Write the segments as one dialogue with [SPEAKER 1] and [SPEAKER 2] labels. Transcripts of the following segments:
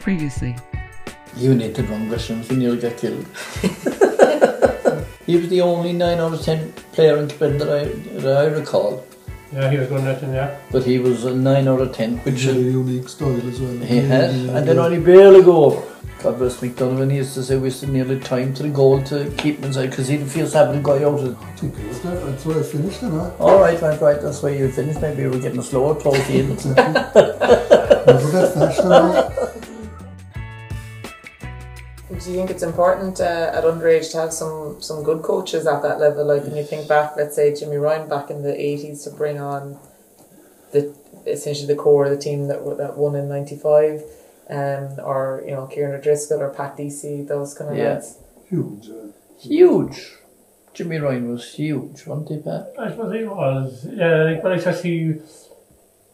[SPEAKER 1] previously.
[SPEAKER 2] You needed wrong questions and you'll get killed. he was the only 9 out of 10 player in Cabin that I, that I recall,
[SPEAKER 3] Yeah, he was good at it, yeah.
[SPEAKER 2] but he was a 9 out of 10, which
[SPEAKER 4] Very unique style as well.
[SPEAKER 2] he had,
[SPEAKER 4] Yeah,
[SPEAKER 2] and then only barely go over. God bless McDonough, he used to say wasted nearly time to the goal to keep him inside because he didn't feel sad when he got out of it.
[SPEAKER 4] I think it was that. That's where I finished it, huh?
[SPEAKER 2] All right, right, right, that's where you finished. Maybe we were getting slower towards the end.
[SPEAKER 4] Exactly. Never that fast, huh?
[SPEAKER 5] Do you think it's important uh, at underage to have some, some good coaches at that level? Like when you think back, let's say Jimmy Ryan back in the eighties to bring on the essentially the core of the team that were- that won in ninety five, um, or you know Kieran O'Driscoll or Pat Deasy, those kind of
[SPEAKER 2] Yeah.
[SPEAKER 5] lads.
[SPEAKER 4] Huge. uh,
[SPEAKER 2] Huge. Jimmy Ryan was huge, wasn't he, Pat?
[SPEAKER 3] I suppose he was. Yeah, like, but I guess he,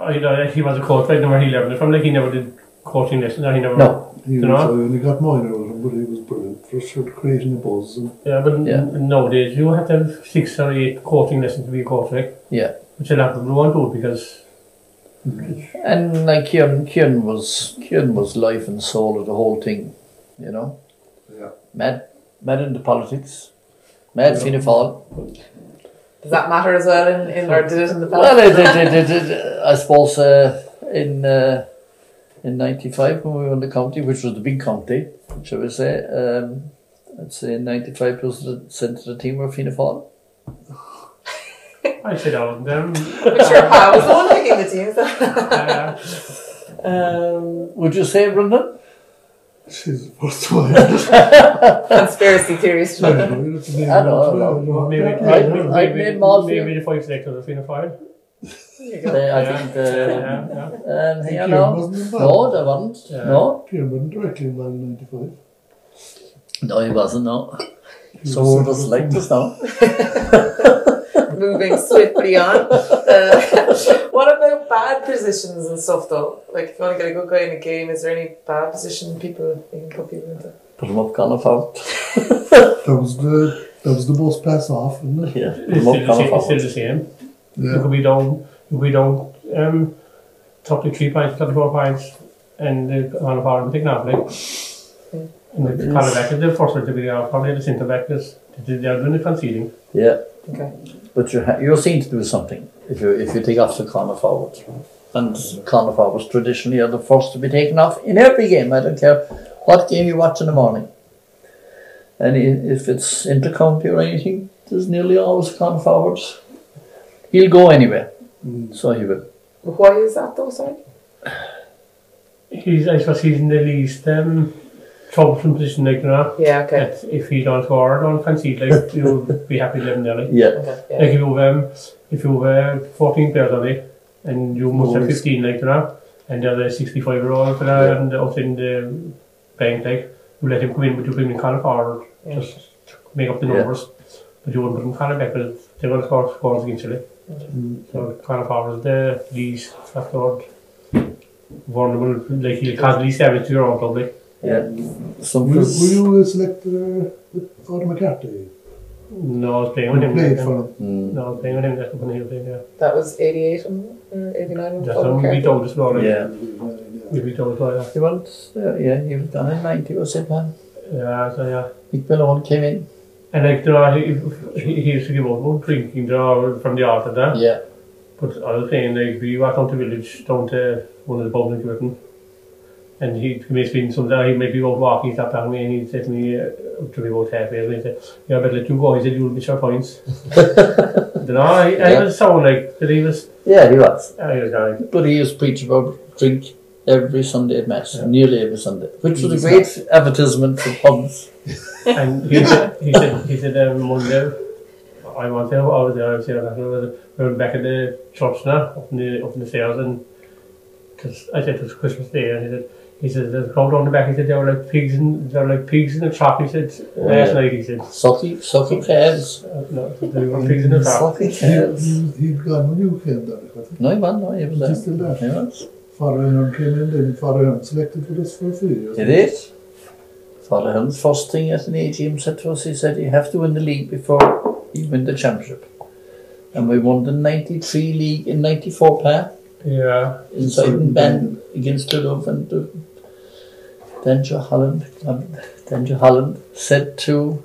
[SPEAKER 3] I you know, like, he was a coach, like, no matter he learned it from, like, he never did coaching lessons, or he never...
[SPEAKER 2] No.
[SPEAKER 4] He
[SPEAKER 3] You
[SPEAKER 4] was,
[SPEAKER 3] know?
[SPEAKER 4] I only got mine out of him, but he was brilliant for sure, creating a buzz. And
[SPEAKER 3] Yeah, but
[SPEAKER 2] Yeah.
[SPEAKER 3] yeah. nowadays, you have to have six or eight coaching lessons to be a coach, like,
[SPEAKER 2] Yeah.
[SPEAKER 3] which a lot of people won't do, because...
[SPEAKER 2] And like Kieran, Kieran was Kieran was life and soul of the whole thing, you know.
[SPEAKER 4] Yeah.
[SPEAKER 2] Mad, mad into politics, mad yeah.
[SPEAKER 4] Yeah.
[SPEAKER 2] Fianna Fáil.
[SPEAKER 5] Does that matter as well? In, in or did it in the past?
[SPEAKER 2] Well, it, it, it, it, it, I suppose uh, in uh, in '95 when we won the county, which was the big county, shall we say? Um, I'd say 95 percent of the team were Fianna Fáil.
[SPEAKER 3] I sit down with them.
[SPEAKER 5] But your pa was the one picking the teams.
[SPEAKER 3] uh,
[SPEAKER 5] um,
[SPEAKER 2] Would you say, Brendan?
[SPEAKER 4] she's the first one. I
[SPEAKER 5] conspiracy theories.
[SPEAKER 4] don't know, it's a name
[SPEAKER 2] I know, I
[SPEAKER 4] as well,
[SPEAKER 2] know.
[SPEAKER 4] you know.
[SPEAKER 3] maybe,
[SPEAKER 2] I-
[SPEAKER 3] maybe,
[SPEAKER 2] I-
[SPEAKER 3] maybe,
[SPEAKER 2] I- Malfi-
[SPEAKER 3] maybe the five selectors of Fianna Fáil.
[SPEAKER 2] Uh, I think.
[SPEAKER 3] yeah,
[SPEAKER 2] Uh,
[SPEAKER 3] yeah, yeah.
[SPEAKER 2] um, you
[SPEAKER 4] Kieran
[SPEAKER 2] know,
[SPEAKER 4] wasn't
[SPEAKER 2] no,
[SPEAKER 4] involved.
[SPEAKER 2] they weren't.
[SPEAKER 3] Yeah.
[SPEAKER 2] No,
[SPEAKER 4] Kieran wasn't directly involved in 95.
[SPEAKER 2] no, he wasn't. No.
[SPEAKER 4] He was
[SPEAKER 2] So
[SPEAKER 4] separate
[SPEAKER 2] just like
[SPEAKER 4] from-
[SPEAKER 2] this now.
[SPEAKER 5] moving swiftly on. Uh, what about bad positions and stuff though? Like if you want to get a good guy in a game, is there any bad position people you can put people into?
[SPEAKER 2] Put him up, Connor Fount.
[SPEAKER 4] That was the, that was the most pass off, wasn't it?
[SPEAKER 2] Yeah, put
[SPEAKER 3] It's
[SPEAKER 2] him
[SPEAKER 3] still
[SPEAKER 2] up,
[SPEAKER 3] the
[SPEAKER 2] Connor
[SPEAKER 3] same.
[SPEAKER 2] Fount.
[SPEAKER 3] It's still the same. You
[SPEAKER 4] Yeah.
[SPEAKER 3] could be down, you could be down um, 33 pints, 34 pints, and the on a power and taken off, like. And the
[SPEAKER 2] Yes.
[SPEAKER 3] color back is the first one to be out, probably the centre back is, they're doing the conceding.
[SPEAKER 2] Yeah,
[SPEAKER 5] Okay.
[SPEAKER 2] but you ha- you're seen to do something if you if you take off the corner forward. And corner forwards traditionally are the first to be taken off in every game. I don't care what game you watch in the morning. And i- if it's intercounty or anything, there's nearly always corner forwards. He'll go anywhere,
[SPEAKER 4] Mm.
[SPEAKER 2] so he will.
[SPEAKER 5] Why is that though, sorry?
[SPEAKER 3] He's, I suppose he's in the least um, troublesome position, like, you know,
[SPEAKER 5] Yeah, okay.
[SPEAKER 3] that if he don't score or don't concede, like, you'll be happy living there, like.
[SPEAKER 2] Yeah,
[SPEAKER 5] Okay.
[SPEAKER 3] Like,
[SPEAKER 5] Yeah.
[SPEAKER 3] if you've, um, if you've uh, 14 players on it, and you must have
[SPEAKER 4] Always.
[SPEAKER 3] 15, like, you know, and the other 65 year old, yeah. and out in the bank, like, you let him come in, but you bring him kind of forward.
[SPEAKER 5] yeah.
[SPEAKER 3] just make up the
[SPEAKER 2] Yeah.
[SPEAKER 3] numbers. But you wouldn't put them kind of back, but they will score scores against you. like.
[SPEAKER 4] Mm.
[SPEAKER 3] So kind of powers the least record vulnerable, like he'll cause least damage to your own public.
[SPEAKER 2] yeah.
[SPEAKER 4] Were you, were
[SPEAKER 2] Sometimes.
[SPEAKER 4] you a selector with Father McCarthy?
[SPEAKER 3] No, I was playing with
[SPEAKER 4] You
[SPEAKER 3] him.
[SPEAKER 4] played
[SPEAKER 3] like,
[SPEAKER 4] for him.
[SPEAKER 2] Mm.
[SPEAKER 3] No, I was playing with him. That's when he was playing. Yeah,
[SPEAKER 5] That was eighty eight or eighty nine.
[SPEAKER 3] that's when we beat Douglas Law. Like,
[SPEAKER 2] Yeah.
[SPEAKER 3] we beat Douglas Law. Yeah.
[SPEAKER 2] He was, uh, yeah, he was done in 90, was it, man?
[SPEAKER 3] yeah, so yeah.
[SPEAKER 2] Big Bellone came in.
[SPEAKER 3] And like you know, he, he, he used to give up on drinking you know, from the art of that.
[SPEAKER 2] Yeah.
[SPEAKER 3] But I was saying, like, we went down to village, down to one of the pubs in Curtin, and he'd come in speaking sometime, he'd maybe go walking, he'd down me, and he'd say to me, uh, up to me about halfway, and he'd say, yeah, I better let you go, he said, you'll miss your points. you know, I,
[SPEAKER 2] Yeah.
[SPEAKER 3] I was sound like, that he was,
[SPEAKER 2] Yeah, he was.
[SPEAKER 3] I was like,
[SPEAKER 2] But he used to preach about drink every Sunday at Mass,
[SPEAKER 3] Yeah.
[SPEAKER 2] nearly every Sunday, which was a
[SPEAKER 4] Yes.
[SPEAKER 2] great advertisement for pubs.
[SPEAKER 3] and he said, he said, he said, um, one day, I was there, I was there, I was there, I was there, we were back at the church now, up in the, up in the stairs, and, cause I said it was Christmas Day, and he said, he said, there's a crowd on the back, he said, they were like pigs in, they were like pigs in the trap, he said, last
[SPEAKER 2] Oh, yeah.
[SPEAKER 3] night, he said,
[SPEAKER 2] Sucky, sucky calves.
[SPEAKER 3] uh, no, they were pigs in the trap.
[SPEAKER 2] Sucky calves.
[SPEAKER 4] He, he'd gone when you came there, wasn't
[SPEAKER 2] No, he was, no, he was there.
[SPEAKER 4] He's still there.
[SPEAKER 2] He was.
[SPEAKER 4] he? Father Hearn came in, then Father Hearn selected for us for a few years.
[SPEAKER 2] He did. Father Hearn's first thing at an AGM said to us, he said, you have to win the league before you win the championship. And we won the 93 league in 94 pair.
[SPEAKER 3] Yeah,
[SPEAKER 2] inside and Ben against the roof and the, Then Joe Holland, um, then Joe Holland said to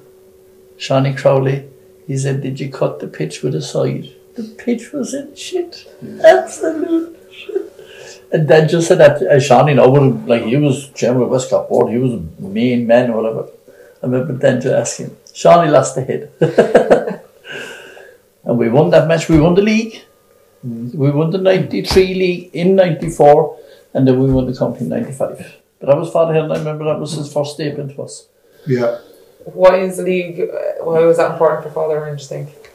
[SPEAKER 2] Shawnee Crowley, he said, "Did you cut the pitch with a side?" The pitch was in shit, absolute shit. And then just said that uh, Shawnee, I would have like he was chairman of Westcott board, he was a main man or whatever. I remember then to ask him, Shawnee lost the head, and we won that match. We won the league. We won the 93 league in 94 and then we won the company in 95. But that was Father Hill and I remember that was his first statement to us.
[SPEAKER 4] Yeah.
[SPEAKER 5] Why is the league? uh, Why was that important for Father Orange? do you Think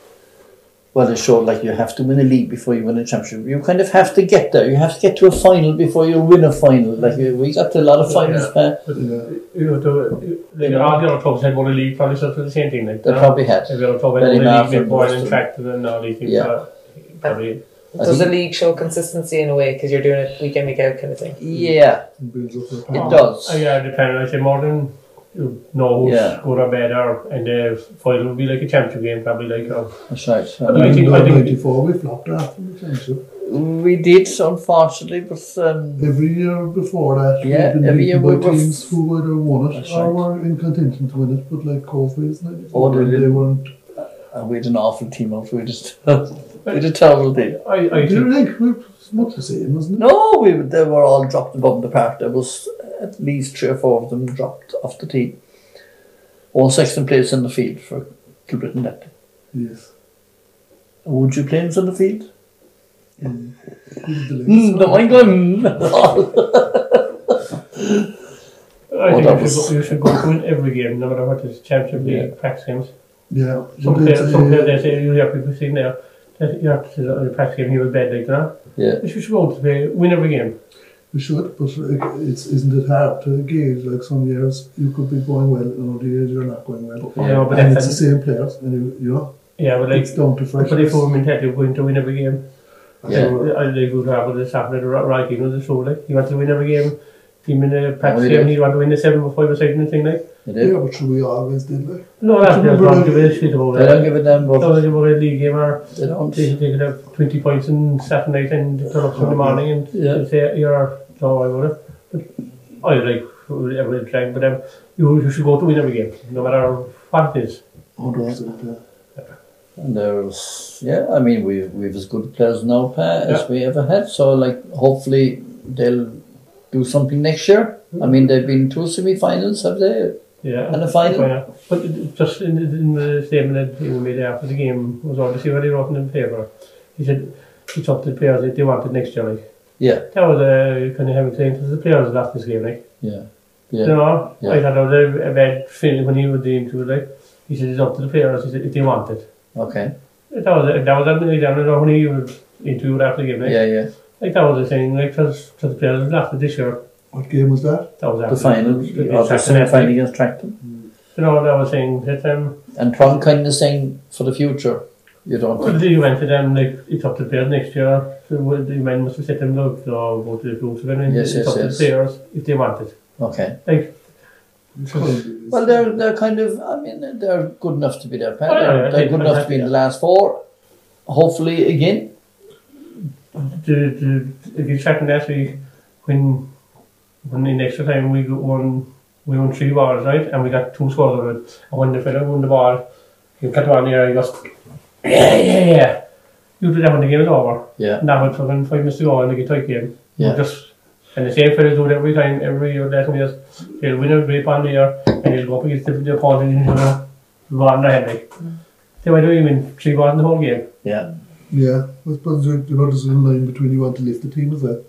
[SPEAKER 2] Well, it showed like you have to win a league before you win a championship. You kind of have to get there. You have to get to a final before you win a final. Like uh, we got to a lot of finals. uh,
[SPEAKER 4] Yeah.
[SPEAKER 3] You know, to, like,
[SPEAKER 2] Yeah.
[SPEAKER 3] all the other clubs had won a league, probably sort of the same thing. Like,
[SPEAKER 2] They
[SPEAKER 3] no?
[SPEAKER 2] probably had.
[SPEAKER 3] Every other club had
[SPEAKER 2] Very
[SPEAKER 3] won a
[SPEAKER 2] Math
[SPEAKER 3] league
[SPEAKER 2] and
[SPEAKER 3] before and
[SPEAKER 2] Boston.
[SPEAKER 3] in fact, and then all these things.
[SPEAKER 2] Yeah.
[SPEAKER 3] are Probably,
[SPEAKER 2] I
[SPEAKER 5] does the
[SPEAKER 2] think-
[SPEAKER 5] league show consistency in a way because you're doing it week in week out kind of thing?
[SPEAKER 2] Yeah,
[SPEAKER 4] It builds up that
[SPEAKER 2] it
[SPEAKER 4] power.
[SPEAKER 2] does.
[SPEAKER 3] uh, yeah, depending on say more than you know who's
[SPEAKER 2] Yeah.
[SPEAKER 3] good or bad, or and the final would be like a championship game, probably like. Or,
[SPEAKER 2] That's right.
[SPEAKER 3] I
[SPEAKER 2] Uh,
[SPEAKER 3] think-
[SPEAKER 4] Even though
[SPEAKER 3] I
[SPEAKER 4] in
[SPEAKER 3] think-
[SPEAKER 4] 94 we flopped after the championship.
[SPEAKER 2] Um, we did, unfortunately, but um,
[SPEAKER 4] Every year before that,
[SPEAKER 2] Yeah,
[SPEAKER 4] we've been
[SPEAKER 2] every year
[SPEAKER 4] beaten
[SPEAKER 2] we
[SPEAKER 4] by
[SPEAKER 2] were f-
[SPEAKER 4] teams who either won it
[SPEAKER 2] That's right.
[SPEAKER 4] or were in contention to win it, but like Coalface,
[SPEAKER 2] Oh, they
[SPEAKER 4] they, they
[SPEAKER 2] didn't.
[SPEAKER 4] weren't.
[SPEAKER 2] uh, we had an awful team out. We just we had a terrible day.
[SPEAKER 3] I, I
[SPEAKER 4] I
[SPEAKER 3] think
[SPEAKER 4] do think we're much the same, isn't it?
[SPEAKER 2] No, we they were all dropped above the park. There was at least three or four of them dropped off the team. All Sexton plays in the field for Kilbritton that day.
[SPEAKER 4] Yes.
[SPEAKER 2] Would you play him in the field?
[SPEAKER 4] Who's the left?
[SPEAKER 2] Mm, no, I'm going. mm.
[SPEAKER 3] I
[SPEAKER 2] Well,
[SPEAKER 3] think
[SPEAKER 2] that
[SPEAKER 3] you
[SPEAKER 2] was-
[SPEAKER 3] should, go, you should go to win every game, no matter what the championship league practice games.
[SPEAKER 4] Yeah.
[SPEAKER 3] Some
[SPEAKER 4] but it's,
[SPEAKER 3] players, some
[SPEAKER 4] uh,
[SPEAKER 3] players they say you have people sitting there. that You have to sit on the practice game here with bed, like that.
[SPEAKER 2] Yeah.
[SPEAKER 3] You should go to play, win every game.
[SPEAKER 4] We should, but like, it's isn't it hard to gauge? Like some years you could be going well, and other years you're not going well.
[SPEAKER 3] Yeah, but
[SPEAKER 4] and it's
[SPEAKER 3] that's-
[SPEAKER 4] the same players, and you, you know,
[SPEAKER 3] Yeah, but like,
[SPEAKER 4] it's down to
[SPEAKER 3] but if we
[SPEAKER 4] freshness.
[SPEAKER 3] mentality of going to win every game,
[SPEAKER 2] Yeah.
[SPEAKER 3] I think we'll have this happening right, right in the show. Like, you want to win every game, team in the practice
[SPEAKER 2] we
[SPEAKER 3] game,
[SPEAKER 2] did.
[SPEAKER 3] you want to win the seven or five or six and thing like.
[SPEAKER 2] They
[SPEAKER 4] Yeah,
[SPEAKER 2] did.
[SPEAKER 4] but should we always did like?
[SPEAKER 3] No, that's
[SPEAKER 4] Remember,
[SPEAKER 3] not
[SPEAKER 4] like-
[SPEAKER 3] give a shit about
[SPEAKER 2] They don't
[SPEAKER 3] that.
[SPEAKER 2] give a damn
[SPEAKER 3] Don't
[SPEAKER 2] about
[SPEAKER 3] give a league game or
[SPEAKER 2] They don't.
[SPEAKER 3] They they could have 20 points in Saturday night and turn up Sunday morning and
[SPEAKER 2] Yeah.
[SPEAKER 3] say, you're no, I would have. But I like every time, but um, you, you should go to win every game, no matter what it is.
[SPEAKER 4] Hundred percent. Yeah.
[SPEAKER 2] And there's, yeah, I mean, we've, we've as good players now, Pa, as we ever had. So, like, hopefully they'll do something next year. I mean, they've been two semi finals, have they?
[SPEAKER 3] Yeah.
[SPEAKER 2] And the final?
[SPEAKER 3] Yeah. But it- just in, the- in the statement that he made after the game was obviously very wrote in the paper. He said, it's up to the players if they want it next year. Like.
[SPEAKER 2] Yeah,
[SPEAKER 3] That was a kind of heavy thing because the players lost this game. Like.
[SPEAKER 2] yeah,
[SPEAKER 3] You
[SPEAKER 2] yeah.
[SPEAKER 3] know,
[SPEAKER 2] Yeah.
[SPEAKER 3] I had a very- a bad feeling when he was doing to like, he said it's up to the players he said, if they want it.
[SPEAKER 2] Okay.
[SPEAKER 3] That was it. That was everything. I don't know when he was interviewed after the game. Like,
[SPEAKER 2] Yeah, yeah.
[SPEAKER 3] like that was the thing. Like because the players after this year,
[SPEAKER 4] What game was that?
[SPEAKER 3] that was after
[SPEAKER 2] The final,
[SPEAKER 3] the-
[SPEAKER 2] or the
[SPEAKER 3] second
[SPEAKER 2] semi final
[SPEAKER 3] leg.
[SPEAKER 2] against Tracton.
[SPEAKER 3] You know what I was saying that um,
[SPEAKER 2] And Tron kind of saying for the future, you don't.
[SPEAKER 3] they went to them like it's up to the players next year. So what the men must have said to them look, no, go to the clubs again.
[SPEAKER 2] Yes,
[SPEAKER 3] it's
[SPEAKER 2] yes,
[SPEAKER 3] up to the
[SPEAKER 2] yes.
[SPEAKER 3] players if they want it.
[SPEAKER 2] Okay.
[SPEAKER 3] Like
[SPEAKER 2] Well, they're they're kind of. I mean, they're good enough to be there. Pat.
[SPEAKER 3] Oh, yeah,
[SPEAKER 2] They're,
[SPEAKER 3] yeah,
[SPEAKER 2] they're
[SPEAKER 3] they-
[SPEAKER 2] good enough to be in the
[SPEAKER 3] yeah.
[SPEAKER 2] last four. Hopefully again.
[SPEAKER 3] the the if you check last week when when in extra time we got one we won three bars right and we got two scores out of it and when the fella won the bar he cut one here he goes yeah yeah yeah you did that when the game was over
[SPEAKER 2] Yeah.
[SPEAKER 3] and that was fucking five minutes to go and they get tight game
[SPEAKER 2] Yeah.
[SPEAKER 3] We just and the same fellas do it every time every year last year they'll win a rape on the year and they'll go up against the, the opponent and you know run their head like they might have even three bars in the whole game
[SPEAKER 2] Yeah.
[SPEAKER 4] Yeah, I suppose you you know there's a line between you want to lift the team as well.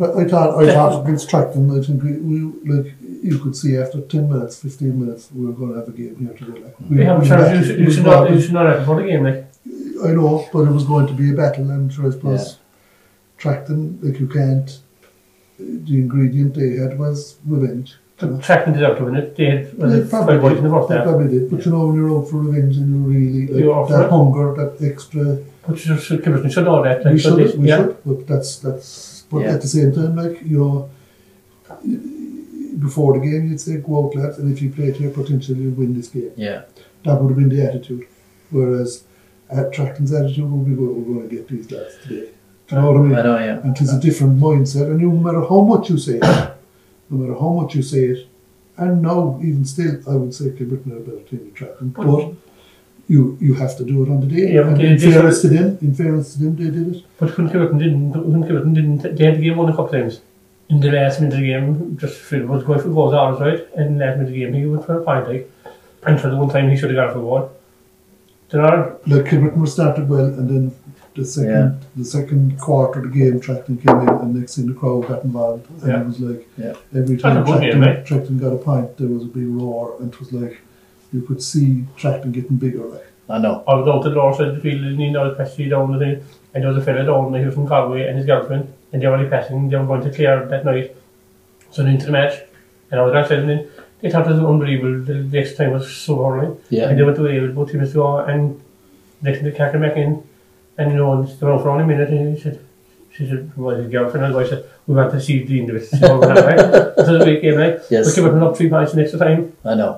[SPEAKER 4] But I, I thought I thought against Tracton, I think we, we like you could see after ten minutes, fifteen minutes, we were going to have a game here today. Like, we
[SPEAKER 3] we have a
[SPEAKER 4] we
[SPEAKER 3] chance you
[SPEAKER 4] battled,
[SPEAKER 3] should,
[SPEAKER 4] we
[SPEAKER 3] you should not
[SPEAKER 4] battled.
[SPEAKER 3] you should not have it before the game like
[SPEAKER 4] I know, but it was going to be a battle, and sure, I suppose Tracton, like you can't. The ingredient they had was revenge. you know.
[SPEAKER 3] Tracking it out to win it. They had was
[SPEAKER 4] They
[SPEAKER 3] it five points in the first
[SPEAKER 4] They
[SPEAKER 3] half,
[SPEAKER 4] probably did, but you know when you're out for revenge and you're really like,
[SPEAKER 3] You're out for
[SPEAKER 4] that
[SPEAKER 3] it.
[SPEAKER 4] hunger, that extra
[SPEAKER 3] which is Kiberton should know that.
[SPEAKER 4] we
[SPEAKER 3] like, so
[SPEAKER 4] should,
[SPEAKER 3] they-
[SPEAKER 4] we
[SPEAKER 3] yeah.
[SPEAKER 4] should, but that's that's. But
[SPEAKER 2] Yeah.
[SPEAKER 4] at the same time, like you know, before the game, you'd say go out, lads, and if you play to your potential, you'll win this game.
[SPEAKER 2] Yeah.
[SPEAKER 4] That would have been the attitude. Whereas at Tracton's attitude would be, well, we're going to get these lads today. Do you know what I mean?
[SPEAKER 2] I know. Yeah.
[SPEAKER 4] And it's a different mindset, and no matter how much you say, it, no matter how much you say it. And now, even still, I would say Kilbritton are a better team than Tretton.
[SPEAKER 3] But-
[SPEAKER 4] But you you have to do it on the day.
[SPEAKER 3] Yeah,
[SPEAKER 4] and
[SPEAKER 3] but
[SPEAKER 4] in
[SPEAKER 3] they- they-
[SPEAKER 4] fairness to them, in fairness to them, they did it.
[SPEAKER 3] But when Kilburton didn't, when Kilburton didn't, they had the game won a couple of times. In the last minute of the game, just Phil was going for goals out right, and in the last minute of the game, he went for a point like. And for the one time, he should have got it for one. There are,
[SPEAKER 4] Like Kilbritton were started well, and then the second
[SPEAKER 2] Yeah.
[SPEAKER 4] the second quarter of the game, Tretton came in, and next thing the crowd got involved, and
[SPEAKER 3] Yeah.
[SPEAKER 4] it was like
[SPEAKER 2] Yeah.
[SPEAKER 4] every
[SPEAKER 3] That's a
[SPEAKER 4] time
[SPEAKER 3] good game,
[SPEAKER 4] Tretton,
[SPEAKER 3] eh?
[SPEAKER 4] Tretton got a point, there was a big roar, and it was like you could see Tretton getting bigger. eh? Like.
[SPEAKER 2] I know.
[SPEAKER 3] I was out to the Lord side of the field, and he now passed you down the thing. And there was a fella down, he was from Galway, and his girlfriend, and they were only passing, they were going to clear that night. So into the match, and I was outside, and then they thought it was unbelievable. The next time was so horrible.
[SPEAKER 2] Yeah.
[SPEAKER 3] And they went away with both teams to our and they took the cat back in and you know and stood around for only a minute and he said she said well his girlfriend and I said we want to see the end of it. So we went out, right? So the week came right.
[SPEAKER 2] Yes.
[SPEAKER 3] We came up and up three points the next time
[SPEAKER 2] I know.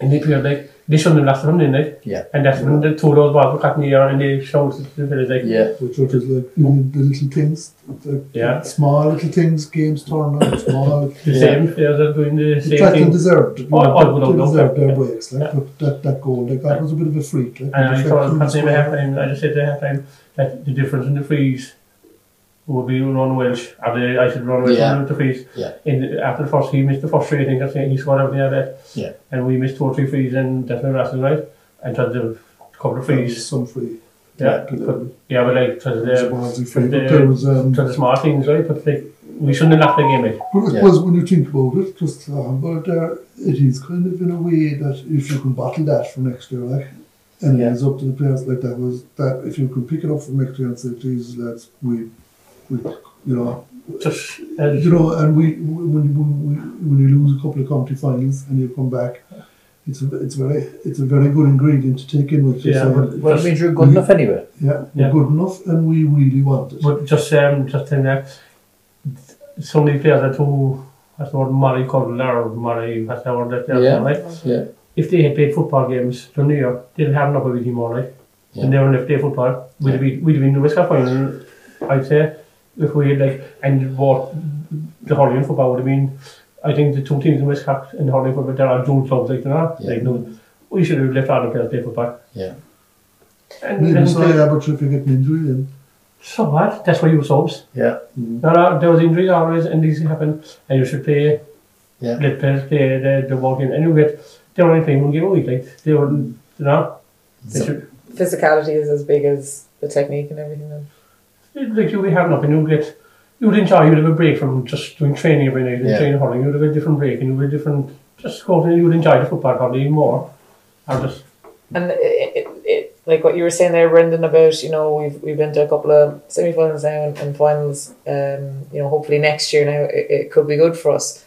[SPEAKER 3] and they appeared like they showed them last time didn't they?
[SPEAKER 2] Yeah.
[SPEAKER 3] And that's when the two of those balls were caught in the air and they shouted to the village like
[SPEAKER 2] Yeah.
[SPEAKER 4] which are just like you know, the little things, the
[SPEAKER 3] Yeah.
[SPEAKER 4] small little things, games torn out, small.
[SPEAKER 3] the
[SPEAKER 2] Yeah.
[SPEAKER 3] same players are doing the
[SPEAKER 4] They
[SPEAKER 3] same
[SPEAKER 4] tried to
[SPEAKER 3] thing.
[SPEAKER 4] deserve it.
[SPEAKER 3] Oh, I would
[SPEAKER 4] they
[SPEAKER 3] have loved
[SPEAKER 4] deserved
[SPEAKER 3] that,
[SPEAKER 4] their
[SPEAKER 3] yeah.
[SPEAKER 4] breaks. Like, but that, that goal they got was a bit of a freak. Like,
[SPEAKER 3] And I
[SPEAKER 4] just
[SPEAKER 3] thought
[SPEAKER 4] like,
[SPEAKER 3] at the half time I just said at half time that the difference in the freeze would be Ron Welsh. I, mean, I said Ron Welsh
[SPEAKER 2] Yeah.
[SPEAKER 3] yeah. the freeze.
[SPEAKER 2] Yeah.
[SPEAKER 3] in the, after the first he missed the first three I think I think he scored everything like that
[SPEAKER 2] Yeah.
[SPEAKER 3] and we missed two or three frees and definitely wrestling right and tried to couple of frees
[SPEAKER 4] some free.
[SPEAKER 3] yeah
[SPEAKER 4] Yeah.
[SPEAKER 3] but, yeah but like tried
[SPEAKER 4] Some
[SPEAKER 3] to,
[SPEAKER 4] ballsy free. But
[SPEAKER 3] the-
[SPEAKER 4] there was, um,
[SPEAKER 3] tried to smart things right but like we shouldn't have left the game out
[SPEAKER 4] but I
[SPEAKER 2] Yeah.
[SPEAKER 4] suppose when you think about it, just um, but there it is kind of in a way that if you can bottle that for next year, like. And
[SPEAKER 2] Yeah.
[SPEAKER 4] it is up to the players like that was that if you can pick it up for next year and say, Jesus, lads, we, we, you know,
[SPEAKER 3] just as
[SPEAKER 4] You know, and we when you when, when you lose a couple of county finals and you come back, it's a it's very it's a very good ingredient to take in with you.
[SPEAKER 3] Yeah,
[SPEAKER 4] so,
[SPEAKER 2] Well, mm-hmm. it means you're good enough anyway.
[SPEAKER 4] yeah,
[SPEAKER 3] Yeah.
[SPEAKER 4] we're good enough, and we really want it.
[SPEAKER 3] but just um, just in that so many players that who that's the word Murray Connell or Murray that's the word that they're
[SPEAKER 2] Yeah.
[SPEAKER 3] right
[SPEAKER 2] Yeah.
[SPEAKER 3] if they had played football games to New York they'd have enough of it anymore right
[SPEAKER 2] Yeah.
[SPEAKER 3] and they wouldn't have played football we'd have been we'd have been in the West Cup final I'd say if we had like and what the Hollywood football would have been I think the two teams in West Cup and Hollywood football there are dual clubs like they're not
[SPEAKER 2] Yeah.
[SPEAKER 3] like no we should have left all the players play football
[SPEAKER 2] Yeah.
[SPEAKER 3] and,
[SPEAKER 4] Maybe
[SPEAKER 3] and
[SPEAKER 4] sorry, Abbott, if you get an injury, then
[SPEAKER 3] so what that's why you were subs
[SPEAKER 2] Yeah.
[SPEAKER 3] No, no, there was injuries always, and these happen, and you should play,
[SPEAKER 2] Yeah.
[SPEAKER 3] let players play the, the walk in, and you get, they're only playing one game a week, like, they were, you know, they
[SPEAKER 2] So-
[SPEAKER 3] should,
[SPEAKER 5] Physicality is as big as the technique and everything. Then.
[SPEAKER 3] like, you would have nothing, you get, you would enjoy, you would have a break from just doing training every night, and
[SPEAKER 2] Yeah.
[SPEAKER 3] training hurling, you would have a different break, and you would have different, just go and you would enjoy the football probably more, or just,
[SPEAKER 5] And it, it, it, like what you were saying there, Brendan, about you know we've we've been to a couple of semi-finals now and, and finals. Um, you know, hopefully next year now it, it could be good for us.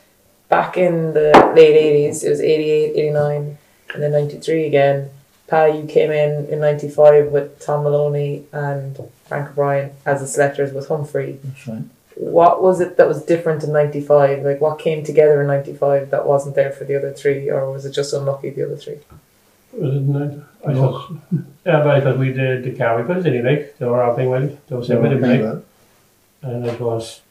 [SPEAKER 5] Back in the late eighties, it was 88, 89, and then ninety three again. Pa, you came in in ninety five with Tom Maloney and Frank O'Brien as the selectors with Humphrey.
[SPEAKER 2] That's right.
[SPEAKER 5] What was it that was different in ninety five? Like what came together in ninety five that wasn't there for the other three, or was it just unlucky the other three?
[SPEAKER 3] was it night? I thought, yeah, but I thought we did the car, we put it in, like, they were all playing well, they were
[SPEAKER 2] They were
[SPEAKER 3] seven,
[SPEAKER 2] playing
[SPEAKER 3] like,
[SPEAKER 2] well.
[SPEAKER 3] and it was,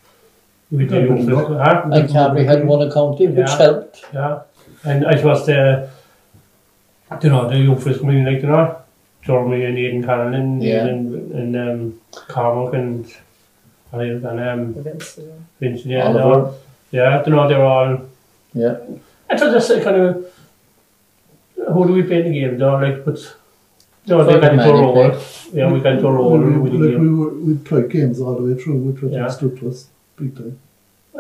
[SPEAKER 3] we
[SPEAKER 4] Good
[SPEAKER 3] did,
[SPEAKER 4] luck.
[SPEAKER 3] huh?
[SPEAKER 2] And Carberry had one county, which
[SPEAKER 3] Yeah.
[SPEAKER 2] helped.
[SPEAKER 3] Yeah, and I was the, you know, the young first community, like, you know, Jeremy and Aidan Cannon and,
[SPEAKER 2] Yeah.
[SPEAKER 3] and, and um, Carmack and, and um,
[SPEAKER 5] Events, you know?
[SPEAKER 3] Vincent, yeah,
[SPEAKER 2] Oliver.
[SPEAKER 3] they were- yeah, you know, they were all,
[SPEAKER 2] Yeah.
[SPEAKER 3] I thought that's the kind of, who do we play in the game, though, like, but, you know, they
[SPEAKER 2] Fucking
[SPEAKER 3] got into a
[SPEAKER 2] man, you
[SPEAKER 3] role, yeah, we got into a role
[SPEAKER 4] Mm, we,
[SPEAKER 3] with the
[SPEAKER 4] like
[SPEAKER 3] game.
[SPEAKER 4] we were we played games all the way through, which was
[SPEAKER 3] Yeah.
[SPEAKER 4] stood to us big time.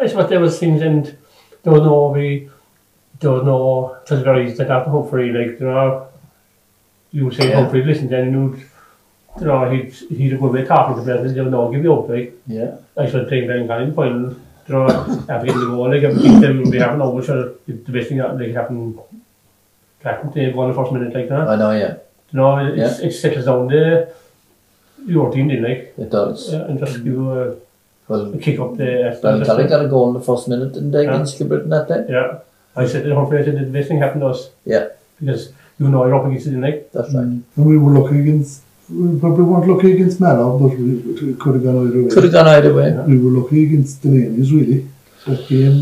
[SPEAKER 3] I suppose there was things and there was no we there was no it was very like after Humphrey like you know you would say
[SPEAKER 2] Yeah.
[SPEAKER 3] Humphrey listen then you would you know he'd he'd go away talking to players and they would not give you up like
[SPEAKER 2] Yeah.
[SPEAKER 3] I should take Ben Cannon final you know after getting the goal like I think they would be having over sure the best thing that like happened happened to go on the first minute like that
[SPEAKER 2] I know, yeah.
[SPEAKER 3] you know it, it's it settles down there your team didn't like
[SPEAKER 2] It does.
[SPEAKER 3] yeah, and just give you a,
[SPEAKER 2] Well,
[SPEAKER 3] a kick up the uh,
[SPEAKER 2] Ballincollig got a goal in the first minute, didn't they,
[SPEAKER 3] Yeah.
[SPEAKER 2] against Gilberton that day?
[SPEAKER 3] Yeah, I said, hopefully, I said the best thing happened to us
[SPEAKER 2] Yeah,
[SPEAKER 3] because you know you're up against it in like
[SPEAKER 2] that's right.
[SPEAKER 4] And we were lucky against. We probably weren't lucky against Mallow, but we, we could have gone either way.
[SPEAKER 2] Could have gone either way.
[SPEAKER 4] We were lucky against the Delaney's, really. That game,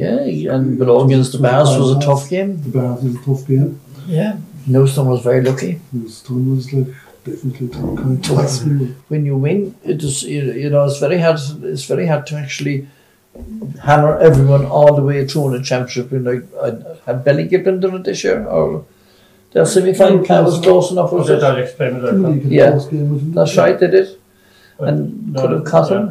[SPEAKER 2] Yeah, and but all against the Bears was a tough game.
[SPEAKER 4] The Bears is a tough game.
[SPEAKER 2] Yeah, Newstone was very lucky.
[SPEAKER 4] Houston was like definitely top kind of last year.
[SPEAKER 2] When you win, it is you you know it's very hard. It's very hard to actually hammer everyone all the way through in a championship. You know, I- had Bellygibin done it this year, or their semi-final plan was close enough, was it?
[SPEAKER 3] Don't explain it.
[SPEAKER 4] Didn't
[SPEAKER 3] like
[SPEAKER 4] really get a
[SPEAKER 2] Yeah.
[SPEAKER 4] close game, wasn't it?
[SPEAKER 2] That's right, they did.
[SPEAKER 3] that.
[SPEAKER 2] And
[SPEAKER 3] No,
[SPEAKER 2] could have cut him.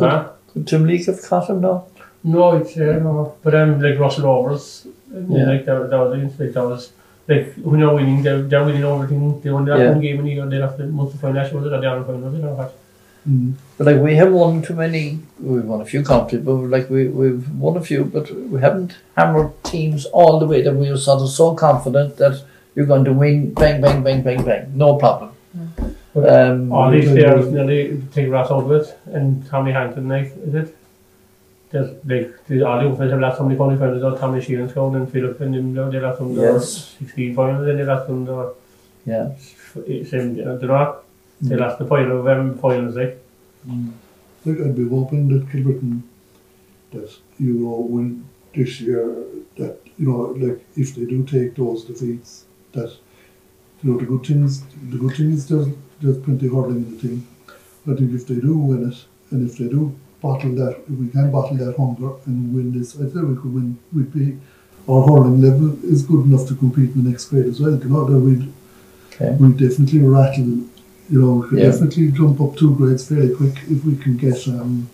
[SPEAKER 3] yeah. Huh?
[SPEAKER 2] Could Tim Leake have cut him? No.
[SPEAKER 3] No, it's uh, no. But um, like Russell Overs, yeah. like that, that was like that was like who know winning they're, they're winning everything. They won that
[SPEAKER 2] Yeah.
[SPEAKER 3] one game in the year. They left the month of financial was it or the other final was it or what?
[SPEAKER 4] Mm.
[SPEAKER 2] But like we have won too many. We've won a few countries, but like we we've won a few, but we haven't hammered teams all the way that we were sort of so confident that you're going to win. Bang, bang, bang, bang, bang. No problem. Um,
[SPEAKER 3] All these
[SPEAKER 4] Okay.
[SPEAKER 3] players nearly take Russ Overs and Tommy Hanton. Like is it? There's like the all the offensive last time they qualified was Tommy Sheehan scored and Philip and them there, they left them there
[SPEAKER 2] Yes.
[SPEAKER 3] sixteen points and they left them there.
[SPEAKER 2] Yeah.
[SPEAKER 3] It's in, uh, they know, they lost the final of um, finals like.
[SPEAKER 4] Like I'd be hoping that Kilburton, that you know, win this year, that you know, like if they do take those defeats, that you know the good things, the good thing is there's there's plenty of hurling in the team. I think if they do win it, and if they do bottle that, if we can bottle that hunger and win this, I think we could win. We'd be our hurling level is good enough to compete in the next grade as well. You know, that we'd
[SPEAKER 2] Okay.
[SPEAKER 4] we definitely rattle, you know, we could
[SPEAKER 2] Yeah.
[SPEAKER 4] definitely jump up two grades fairly quick if we can get um,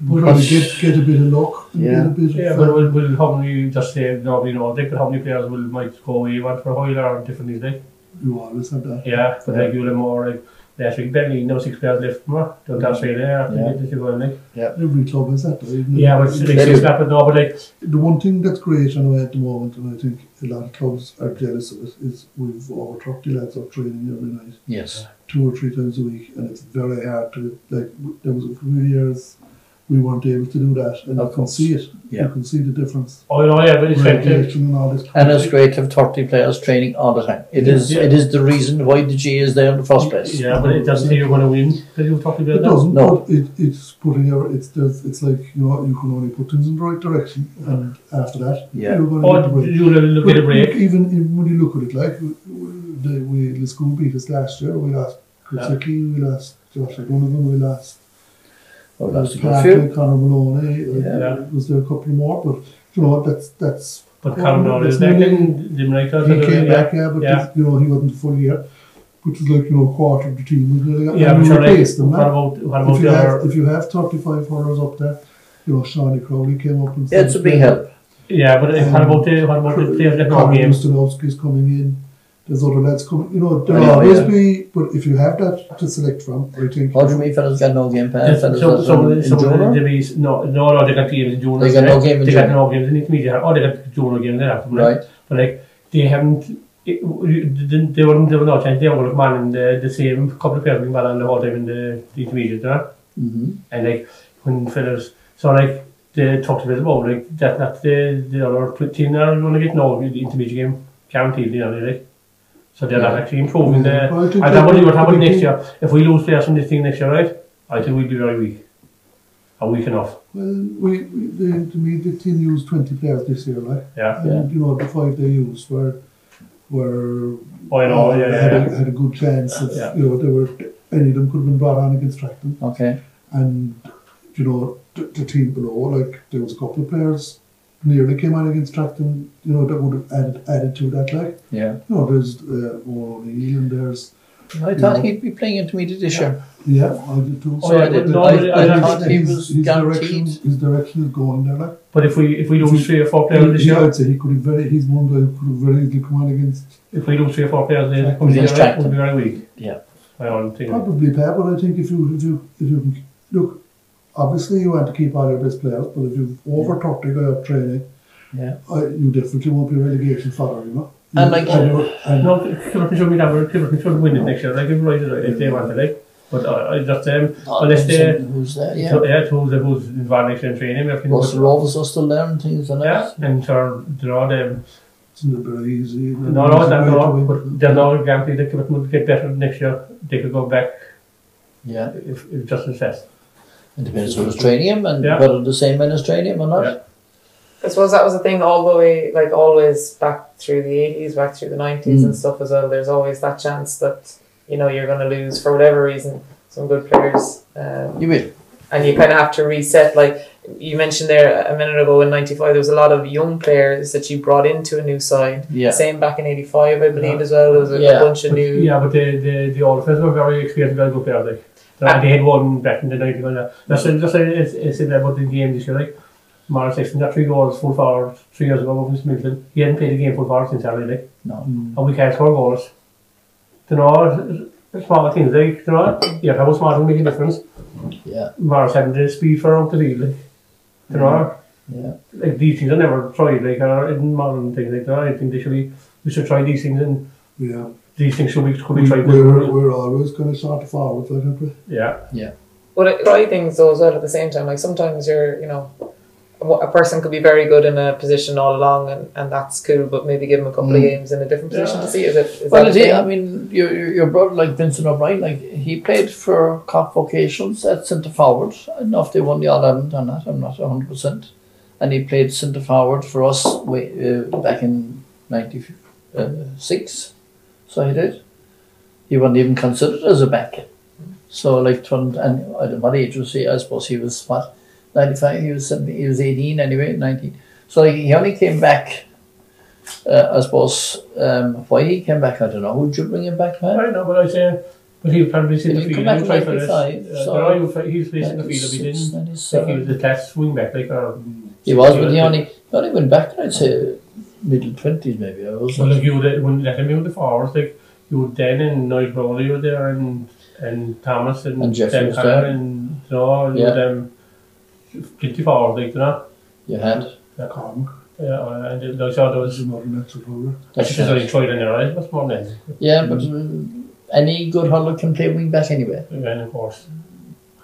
[SPEAKER 3] But-
[SPEAKER 4] probably get, get a bit of luck. and
[SPEAKER 2] Yeah.
[SPEAKER 4] Get a bit
[SPEAKER 3] Yeah,
[SPEAKER 4] of,
[SPEAKER 3] but
[SPEAKER 4] uh,
[SPEAKER 3] will, will how many just say normally Nordic, but how many players will might go away one for Hoyle or different like?
[SPEAKER 4] you always have that.
[SPEAKER 3] Yeah, but
[SPEAKER 2] Yeah.
[SPEAKER 3] like you'll have more like last week Bentley, no six players left from her. Don't that say there,
[SPEAKER 2] Yeah.
[SPEAKER 3] yeah. this is one like.
[SPEAKER 4] Every club has that, though, isn't it?
[SPEAKER 3] Yeah, but
[SPEAKER 2] They
[SPEAKER 3] like
[SPEAKER 2] do.
[SPEAKER 3] six happened no, but like
[SPEAKER 4] the one thing that's great, anyway, at the moment, and I think a lot of clubs are jealous of it, is we've over 30 lads up training every night.
[SPEAKER 2] yes.
[SPEAKER 4] two or three times a week, and it's very hard to like. w- There was a few years we weren't able to do that, and
[SPEAKER 2] Of
[SPEAKER 4] you can
[SPEAKER 2] course.
[SPEAKER 4] see it.
[SPEAKER 2] Yeah.
[SPEAKER 4] You can see the difference.
[SPEAKER 3] oh you know, yeah, but it's like uh,
[SPEAKER 4] Regulation and all this.
[SPEAKER 2] And it's great to have 30 players training all the time. It is
[SPEAKER 3] Yeah.
[SPEAKER 2] it is the reason why the G is there in the first place.
[SPEAKER 3] yeah, but it doesn't say you're gonna win because you were talking
[SPEAKER 4] It
[SPEAKER 3] about that.
[SPEAKER 4] doesn't.
[SPEAKER 2] No.
[SPEAKER 4] But it, it's putting out. It's there's, It's like you know you can only put things in the right direction, and after that,
[SPEAKER 2] Yeah.
[SPEAKER 4] you're going to need a
[SPEAKER 3] Or
[SPEAKER 4] break.
[SPEAKER 3] you'll have a little bit of
[SPEAKER 4] But
[SPEAKER 3] break.
[SPEAKER 4] Even if- when you look at it, like w- w- the we the school beat us last year. We lost Chris
[SPEAKER 3] Yeah.
[SPEAKER 4] Hickey, we lost Josh O'Donovan, we lost
[SPEAKER 2] Oh, that's a good few.
[SPEAKER 4] Patrick, Conor Maloney,
[SPEAKER 2] Yeah.
[SPEAKER 4] uh, was there a couple more, but you know, that's, that's.
[SPEAKER 3] But Cameron
[SPEAKER 4] that's
[SPEAKER 3] is there
[SPEAKER 4] nearly-
[SPEAKER 3] didn't didn't like that.
[SPEAKER 4] He came back, yeah, but,
[SPEAKER 3] Yeah.
[SPEAKER 4] you know, he wasn't the full year, which was like, you know, a quarter of the team, was really-
[SPEAKER 3] Yeah,
[SPEAKER 4] and
[SPEAKER 3] but
[SPEAKER 4] we
[SPEAKER 3] sure like
[SPEAKER 4] replaced them,
[SPEAKER 3] what
[SPEAKER 4] man.
[SPEAKER 3] about what
[SPEAKER 4] If
[SPEAKER 3] about
[SPEAKER 4] you
[SPEAKER 3] the
[SPEAKER 4] have,
[SPEAKER 3] other
[SPEAKER 4] if you have thirty-five hurlers up there, you know, Shawnee Crowley came up and.
[SPEAKER 2] Yeah, it's a big help.
[SPEAKER 3] yeah, but
[SPEAKER 4] Um,
[SPEAKER 3] what about the what about
[SPEAKER 2] Mm.
[SPEAKER 3] the players left no
[SPEAKER 4] Conor
[SPEAKER 3] games?
[SPEAKER 4] Mustanowski's coming in, there's other lads coming, you know,
[SPEAKER 2] I
[SPEAKER 4] there'll
[SPEAKER 2] know,
[SPEAKER 3] Oh,
[SPEAKER 4] always
[SPEAKER 2] yeah.
[SPEAKER 4] be, but if you have that to select from, I think.
[SPEAKER 2] What do you mean, fellas got no game plan?
[SPEAKER 3] Yes,
[SPEAKER 2] Fellas
[SPEAKER 3] so,
[SPEAKER 2] that's
[SPEAKER 3] so,
[SPEAKER 2] in
[SPEAKER 3] so
[SPEAKER 2] Jonah?
[SPEAKER 3] there is no, no, no, they got games in June.
[SPEAKER 2] They got no game in
[SPEAKER 3] They got
[SPEAKER 2] June.
[SPEAKER 3] no games in intermediate. Oh, they got June games there after.
[SPEAKER 2] Right.
[SPEAKER 3] But like, they haven't, it, they, they weren't, they were not changed. They were like, man, in the, the same couple of players being well on the whole time in the, the intermediate, you know?
[SPEAKER 2] hmm
[SPEAKER 3] And like, when fellas, so like, they talked about it about, like, that, that the, the other tw- team there are going to get no the intermediate game, guaranteed, you know, like. So they're not
[SPEAKER 2] Yeah.
[SPEAKER 3] actually improving there.
[SPEAKER 4] Well, I think
[SPEAKER 3] And
[SPEAKER 4] that
[SPEAKER 3] then what
[SPEAKER 4] would-
[SPEAKER 3] what happen
[SPEAKER 4] would be-
[SPEAKER 3] next year? If we lose players from this team next year, right? I think we'll be very weak. A week enough.
[SPEAKER 4] Well, we, we the, to me, the team used 20 players this year, right?
[SPEAKER 3] Yeah.
[SPEAKER 4] And, you know, the five they used were, were
[SPEAKER 3] Oh, you know,
[SPEAKER 4] uh,
[SPEAKER 3] yeah,
[SPEAKER 4] had,
[SPEAKER 3] yeah, yeah.
[SPEAKER 4] A, had a good chance of,
[SPEAKER 3] Yeah.
[SPEAKER 4] you know, they were, any of them could have been brought on against Tracton.
[SPEAKER 2] Okay.
[SPEAKER 4] And, you know, the, the team below, like, there was a couple of players nearly came on against Tracton, you know, that would have added, added to that, like.
[SPEAKER 2] Yeah.
[SPEAKER 4] You know, there's uh, O'Neill and there's,
[SPEAKER 2] I thought he'd be playing intermediate this year.
[SPEAKER 4] yeah, I did too.
[SPEAKER 3] Oh, yeah,
[SPEAKER 2] I didn't.
[SPEAKER 3] no,
[SPEAKER 2] I,
[SPEAKER 3] I-
[SPEAKER 2] I
[SPEAKER 3] I
[SPEAKER 2] thought he
[SPEAKER 4] his,
[SPEAKER 2] was
[SPEAKER 4] his direction,
[SPEAKER 2] guaranteed.
[SPEAKER 4] his direction is going there, like.
[SPEAKER 3] But if we if we lose three or four players this
[SPEAKER 4] He-
[SPEAKER 3] year,
[SPEAKER 4] I'd say he could have very, he's one guy who could have very easily come on against
[SPEAKER 3] if we lose three or four players this year,
[SPEAKER 2] Against Jackson.
[SPEAKER 3] we'll be very weak.
[SPEAKER 2] Yeah.
[SPEAKER 3] I don't think.
[SPEAKER 4] probably Pep, but I think if you, if you, if you can, look, obviously you want to keep all your best players, but if you've over 30 guy up training,
[SPEAKER 2] Yeah.
[SPEAKER 4] uh, you definitely won't be relegation fodder, you know.
[SPEAKER 2] And like-
[SPEAKER 4] you're- and
[SPEAKER 3] No, Kilburn should be never. Kilburn should win it next year. Like if right, if they want to, like. But I, I just um, unless they,
[SPEAKER 2] Who's there?
[SPEAKER 3] yeah,
[SPEAKER 2] Yeah.
[SPEAKER 3] so, yeah, it's who's who's involved next year in training, everything.
[SPEAKER 2] Russell Rovers are still learning things and
[SPEAKER 3] Yeah,
[SPEAKER 2] that.
[SPEAKER 3] and turn, you know, them
[SPEAKER 4] It's not very easy. and
[SPEAKER 3] No, no,
[SPEAKER 4] it's
[SPEAKER 3] they're
[SPEAKER 4] a way to
[SPEAKER 3] not.
[SPEAKER 4] win.
[SPEAKER 3] But they're not guaranteed the commitment to get better next year. They could go back
[SPEAKER 2] Yeah.
[SPEAKER 3] if, if just as fast.
[SPEAKER 2] It depends who was training him and
[SPEAKER 3] Yeah.
[SPEAKER 2] whether the same men is training him or not.
[SPEAKER 3] Yeah.
[SPEAKER 5] I suppose that was the thing all the way, like always back through the 80s, back through the 90s and
[SPEAKER 2] Mm.
[SPEAKER 5] stuff as well. There's always that chance that, you know, you're going to lose for whatever reason some good players. Um,
[SPEAKER 2] You will.
[SPEAKER 5] and you kind of have to reset. Like you mentioned there a minute ago in 95, there was a lot of young players that you brought into a new side.
[SPEAKER 2] Yeah.
[SPEAKER 5] Same back in 85, I believe,
[SPEAKER 3] Yeah.
[SPEAKER 5] as well. There was a,
[SPEAKER 2] Yeah.
[SPEAKER 5] bunch of
[SPEAKER 3] But,
[SPEAKER 5] new.
[SPEAKER 3] yeah, but the, the, the Orphans were very experienced, very good players. Like. They,
[SPEAKER 5] Ah.
[SPEAKER 3] they had won back in the 90s. Like that. That's mm. just like it's, it's in about the game this year. Like, Mara Sexton got three goals full forward three years ago against Midland. He hadn't played a game full forward since early. Like,
[SPEAKER 2] No.
[SPEAKER 3] and we can't score goals. You know, it's small things. Like, you know, yeah, how smart will make a difference.
[SPEAKER 2] Yeah.
[SPEAKER 3] Mara's having the speed for out the field. Like, you know,
[SPEAKER 2] Yeah.
[SPEAKER 3] like these things are never tried. Like, uh, in modern things like that, I think they should be, we should try these things and
[SPEAKER 4] Yeah.
[SPEAKER 3] these things should be, could be
[SPEAKER 4] We,
[SPEAKER 3] tried.
[SPEAKER 4] we're, we're always going to start forward, aren't we?
[SPEAKER 3] yeah.
[SPEAKER 5] But it, try things though as well at the same time. Like sometimes you're, you know, wha- a person could be very good in a position all along and, and that's cool, but maybe give them a couple of
[SPEAKER 2] Mm.
[SPEAKER 5] games in a different position to see. Is it? Is
[SPEAKER 2] Well, it
[SPEAKER 5] that a
[SPEAKER 2] is.
[SPEAKER 5] thing?
[SPEAKER 2] I mean, your, your your brother, like Vincent O'Brien, like he played for Cork Vocations at centre forward. I don't know if they won the All Ireland or not. I'm not 100. percent And he played centre forward for us way, uh, back in '96. So he did. He wasn't even considered as a back. So like, from, and I don't know what age was he? I suppose he was what 95. He was 70, he was 18 anyway, 19. So like, he only came back uh, I suppose um, why he came back, I don't know. Would you bring him back,
[SPEAKER 3] I
[SPEAKER 2] man?
[SPEAKER 3] don't know, but I say, but he'll probably sit in the
[SPEAKER 2] He'll come
[SPEAKER 3] field.
[SPEAKER 2] back
[SPEAKER 3] he'll try
[SPEAKER 2] in
[SPEAKER 3] for this.
[SPEAKER 2] 95,
[SPEAKER 3] Uh,
[SPEAKER 2] so-
[SPEAKER 3] but I will fi- he's facing the field if he
[SPEAKER 2] 96,
[SPEAKER 3] didn't. Like
[SPEAKER 2] 97.
[SPEAKER 3] he was a test swing back, like uh,
[SPEAKER 2] He was, but he only, he only went back, I'd say, middle 20s maybe. I was
[SPEAKER 3] so like you would uh, wouldn't let him in with the forwards, like you would then and Niall Rowley were there uh, and and Thomas and,
[SPEAKER 2] And Jeffrey
[SPEAKER 3] Dan
[SPEAKER 2] was
[SPEAKER 3] Conlon
[SPEAKER 2] there.
[SPEAKER 3] and you know and
[SPEAKER 2] Yeah.
[SPEAKER 3] um, fifty forwards, like you know.
[SPEAKER 2] You had.
[SPEAKER 4] Calm.
[SPEAKER 3] Yeah, uh, and like so there was.
[SPEAKER 4] This is not an extra problem.
[SPEAKER 3] That's
[SPEAKER 2] That's
[SPEAKER 3] just only
[SPEAKER 2] right.
[SPEAKER 3] tried in there, right? That's more than anything.
[SPEAKER 2] Yeah, but um, any good hurler can play wing back anyway.
[SPEAKER 3] And then, of course.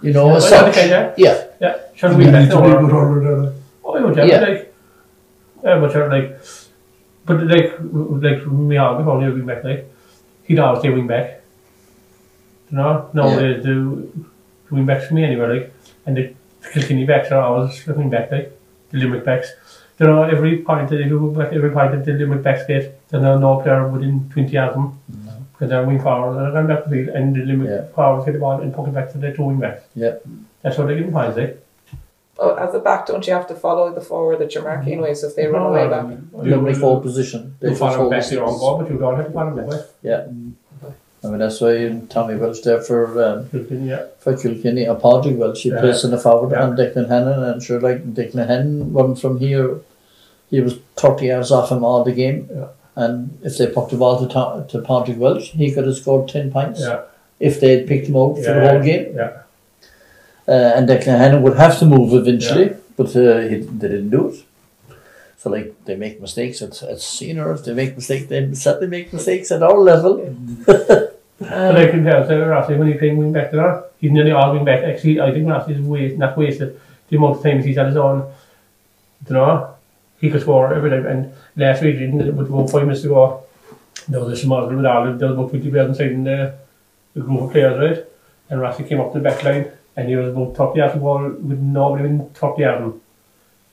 [SPEAKER 2] You know,
[SPEAKER 3] Yeah,
[SPEAKER 2] as
[SPEAKER 3] well,
[SPEAKER 2] such.
[SPEAKER 3] okay, yeah.
[SPEAKER 2] Yeah,
[SPEAKER 3] Yeah, shall
[SPEAKER 4] You
[SPEAKER 3] we
[SPEAKER 4] need to
[SPEAKER 3] back
[SPEAKER 4] be
[SPEAKER 3] to
[SPEAKER 4] good
[SPEAKER 3] our
[SPEAKER 4] hurler, don't you?
[SPEAKER 3] Oh, you yeah,
[SPEAKER 2] Yeah.
[SPEAKER 3] but like, yeah, but sure, like, but like, like me, I'll be only a wing back. Like, he'd always say wing back. You know, no,
[SPEAKER 2] Yeah.
[SPEAKER 3] the, the wing backs for me anywhere, like, and the Kilkenny backs are always looking back, like the limit backs. You know, every point that if you look back, every point that the limit backs get, there's no no player within twenty yards of them. Because they're wing forwards, they're going back to the field, and the limit
[SPEAKER 2] Mm-hmm. Yeah.
[SPEAKER 3] forwards get the ball and poke it back to their two wing backs.
[SPEAKER 2] yeah.
[SPEAKER 3] That's what they're getting points, like.
[SPEAKER 5] Oh, as a back, don't you have to follow the forward that you're marking
[SPEAKER 2] Mm-hmm.
[SPEAKER 5] anyway? So if they run away back,
[SPEAKER 2] Lovely forward position. They
[SPEAKER 3] You
[SPEAKER 2] just
[SPEAKER 3] follow him
[SPEAKER 2] hold
[SPEAKER 3] back
[SPEAKER 2] the
[SPEAKER 3] to your own
[SPEAKER 2] sticks.
[SPEAKER 3] ball, but you don't have to follow him back.
[SPEAKER 2] Yeah. I mean, that's why Tommy Welch there for um,
[SPEAKER 3] Yeah.
[SPEAKER 2] for Kilkenny, a Padraig Welch, he
[SPEAKER 3] Yeah.
[SPEAKER 2] plays in the forward
[SPEAKER 3] Yeah.
[SPEAKER 2] and Declan Hannon and sure like Declan Hannon one from here he was thirty yards off him all the game.
[SPEAKER 3] Yeah.
[SPEAKER 2] And if they put the ball to Ta- to Padraig Welch, he could have scored ten points
[SPEAKER 3] Yeah.
[SPEAKER 2] if they had picked him out for the
[SPEAKER 3] Yeah.
[SPEAKER 2] whole game.
[SPEAKER 3] Yeah.
[SPEAKER 2] Uh, and Declan Hannon would have to move eventually, but uh, he, they didn't do it. So like they make mistakes at at senior, if they make mistakes, they certainly make mistakes at our level. Mm-hmm.
[SPEAKER 3] But
[SPEAKER 5] Um,
[SPEAKER 3] I can tell, so Rossi, when he came wing back to that, he's nearly all wing back. Actually, I think Rossi's waste, not wasted the amount of times he's had his own. You know, he could score every time. And last week, he didn't, with about five minutes to go, there was a small little with Ireland, there was about 20 players inside in the, the uh, group of players, right? And Rossi came up to the back line, and he was about 30 yards of ball with nobody within 30 yards of him.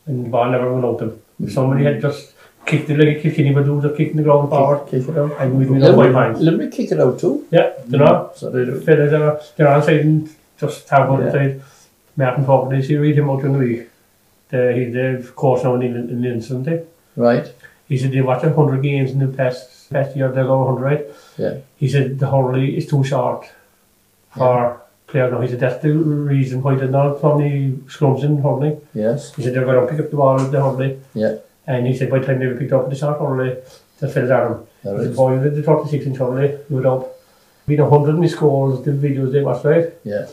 [SPEAKER 3] And the ball never went out of him. If Somebody had just kicked it like a kicking, he would do the kick in the ground forward.
[SPEAKER 2] Kick it out.
[SPEAKER 3] And we'd win all five
[SPEAKER 2] Limerick
[SPEAKER 3] points.
[SPEAKER 2] Limerick kick it out too.
[SPEAKER 3] Yeah, you know.
[SPEAKER 2] So they
[SPEAKER 3] The
[SPEAKER 2] do.
[SPEAKER 3] fellas are, they're on side and just have one
[SPEAKER 2] Yeah.
[SPEAKER 3] side. Martin Faulkner, you see, read him out in the week. The, he's the coach now in England, in England, isn't he?
[SPEAKER 2] Right.
[SPEAKER 3] He said they watched 100 games in the past, past year, they're going 100, right?
[SPEAKER 2] Yeah.
[SPEAKER 3] He said the hurley is too short for players now. He said that's the reason why there's not so many scrums in hurling.
[SPEAKER 2] Yes.
[SPEAKER 3] He said they're going to pick up the ball at the hurley.
[SPEAKER 2] Yeah.
[SPEAKER 3] And he said by the time they were picked up the short hurley, the fellas are him.
[SPEAKER 2] There
[SPEAKER 3] The
[SPEAKER 2] is.
[SPEAKER 3] boy with the 36 inch hurley, you would up. Been 100 missed goals, the videos they watched, right?
[SPEAKER 2] Yeah.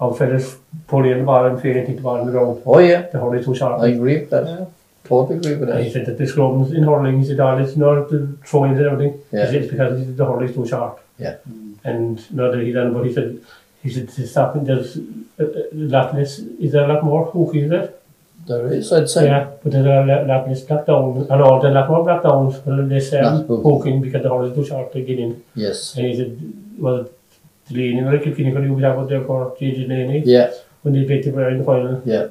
[SPEAKER 3] of fellas pulling in the ball and feeling into the ball in the ground.
[SPEAKER 2] Oh yeah.
[SPEAKER 3] The hurley too sharp.
[SPEAKER 2] I agree with that. Totally agree with
[SPEAKER 3] And he
[SPEAKER 2] that.
[SPEAKER 3] said that the scrums in hurling, he said, oh, it's not the throwings and everything.
[SPEAKER 2] Yeah.
[SPEAKER 3] He said, it's because he said, the hurley's too sharp.
[SPEAKER 2] Yeah.
[SPEAKER 3] And not that he done, but he said, he said, to stop it, there's a a lot less, is there a lot more hooky, is there?
[SPEAKER 2] There is. I'd say.
[SPEAKER 3] Yeah, but there's a lot, lot less blackdowns, and all, there's a lot more blackdowns, but less um,
[SPEAKER 2] Not hooking.
[SPEAKER 3] hooking because the hurley's too sharp to get in.
[SPEAKER 2] Yes.
[SPEAKER 3] And he said, well, the leaning, like, if you can you go back out there for JJ Laney?
[SPEAKER 2] Yeah.
[SPEAKER 3] when they beat the in the final.
[SPEAKER 2] Yeah.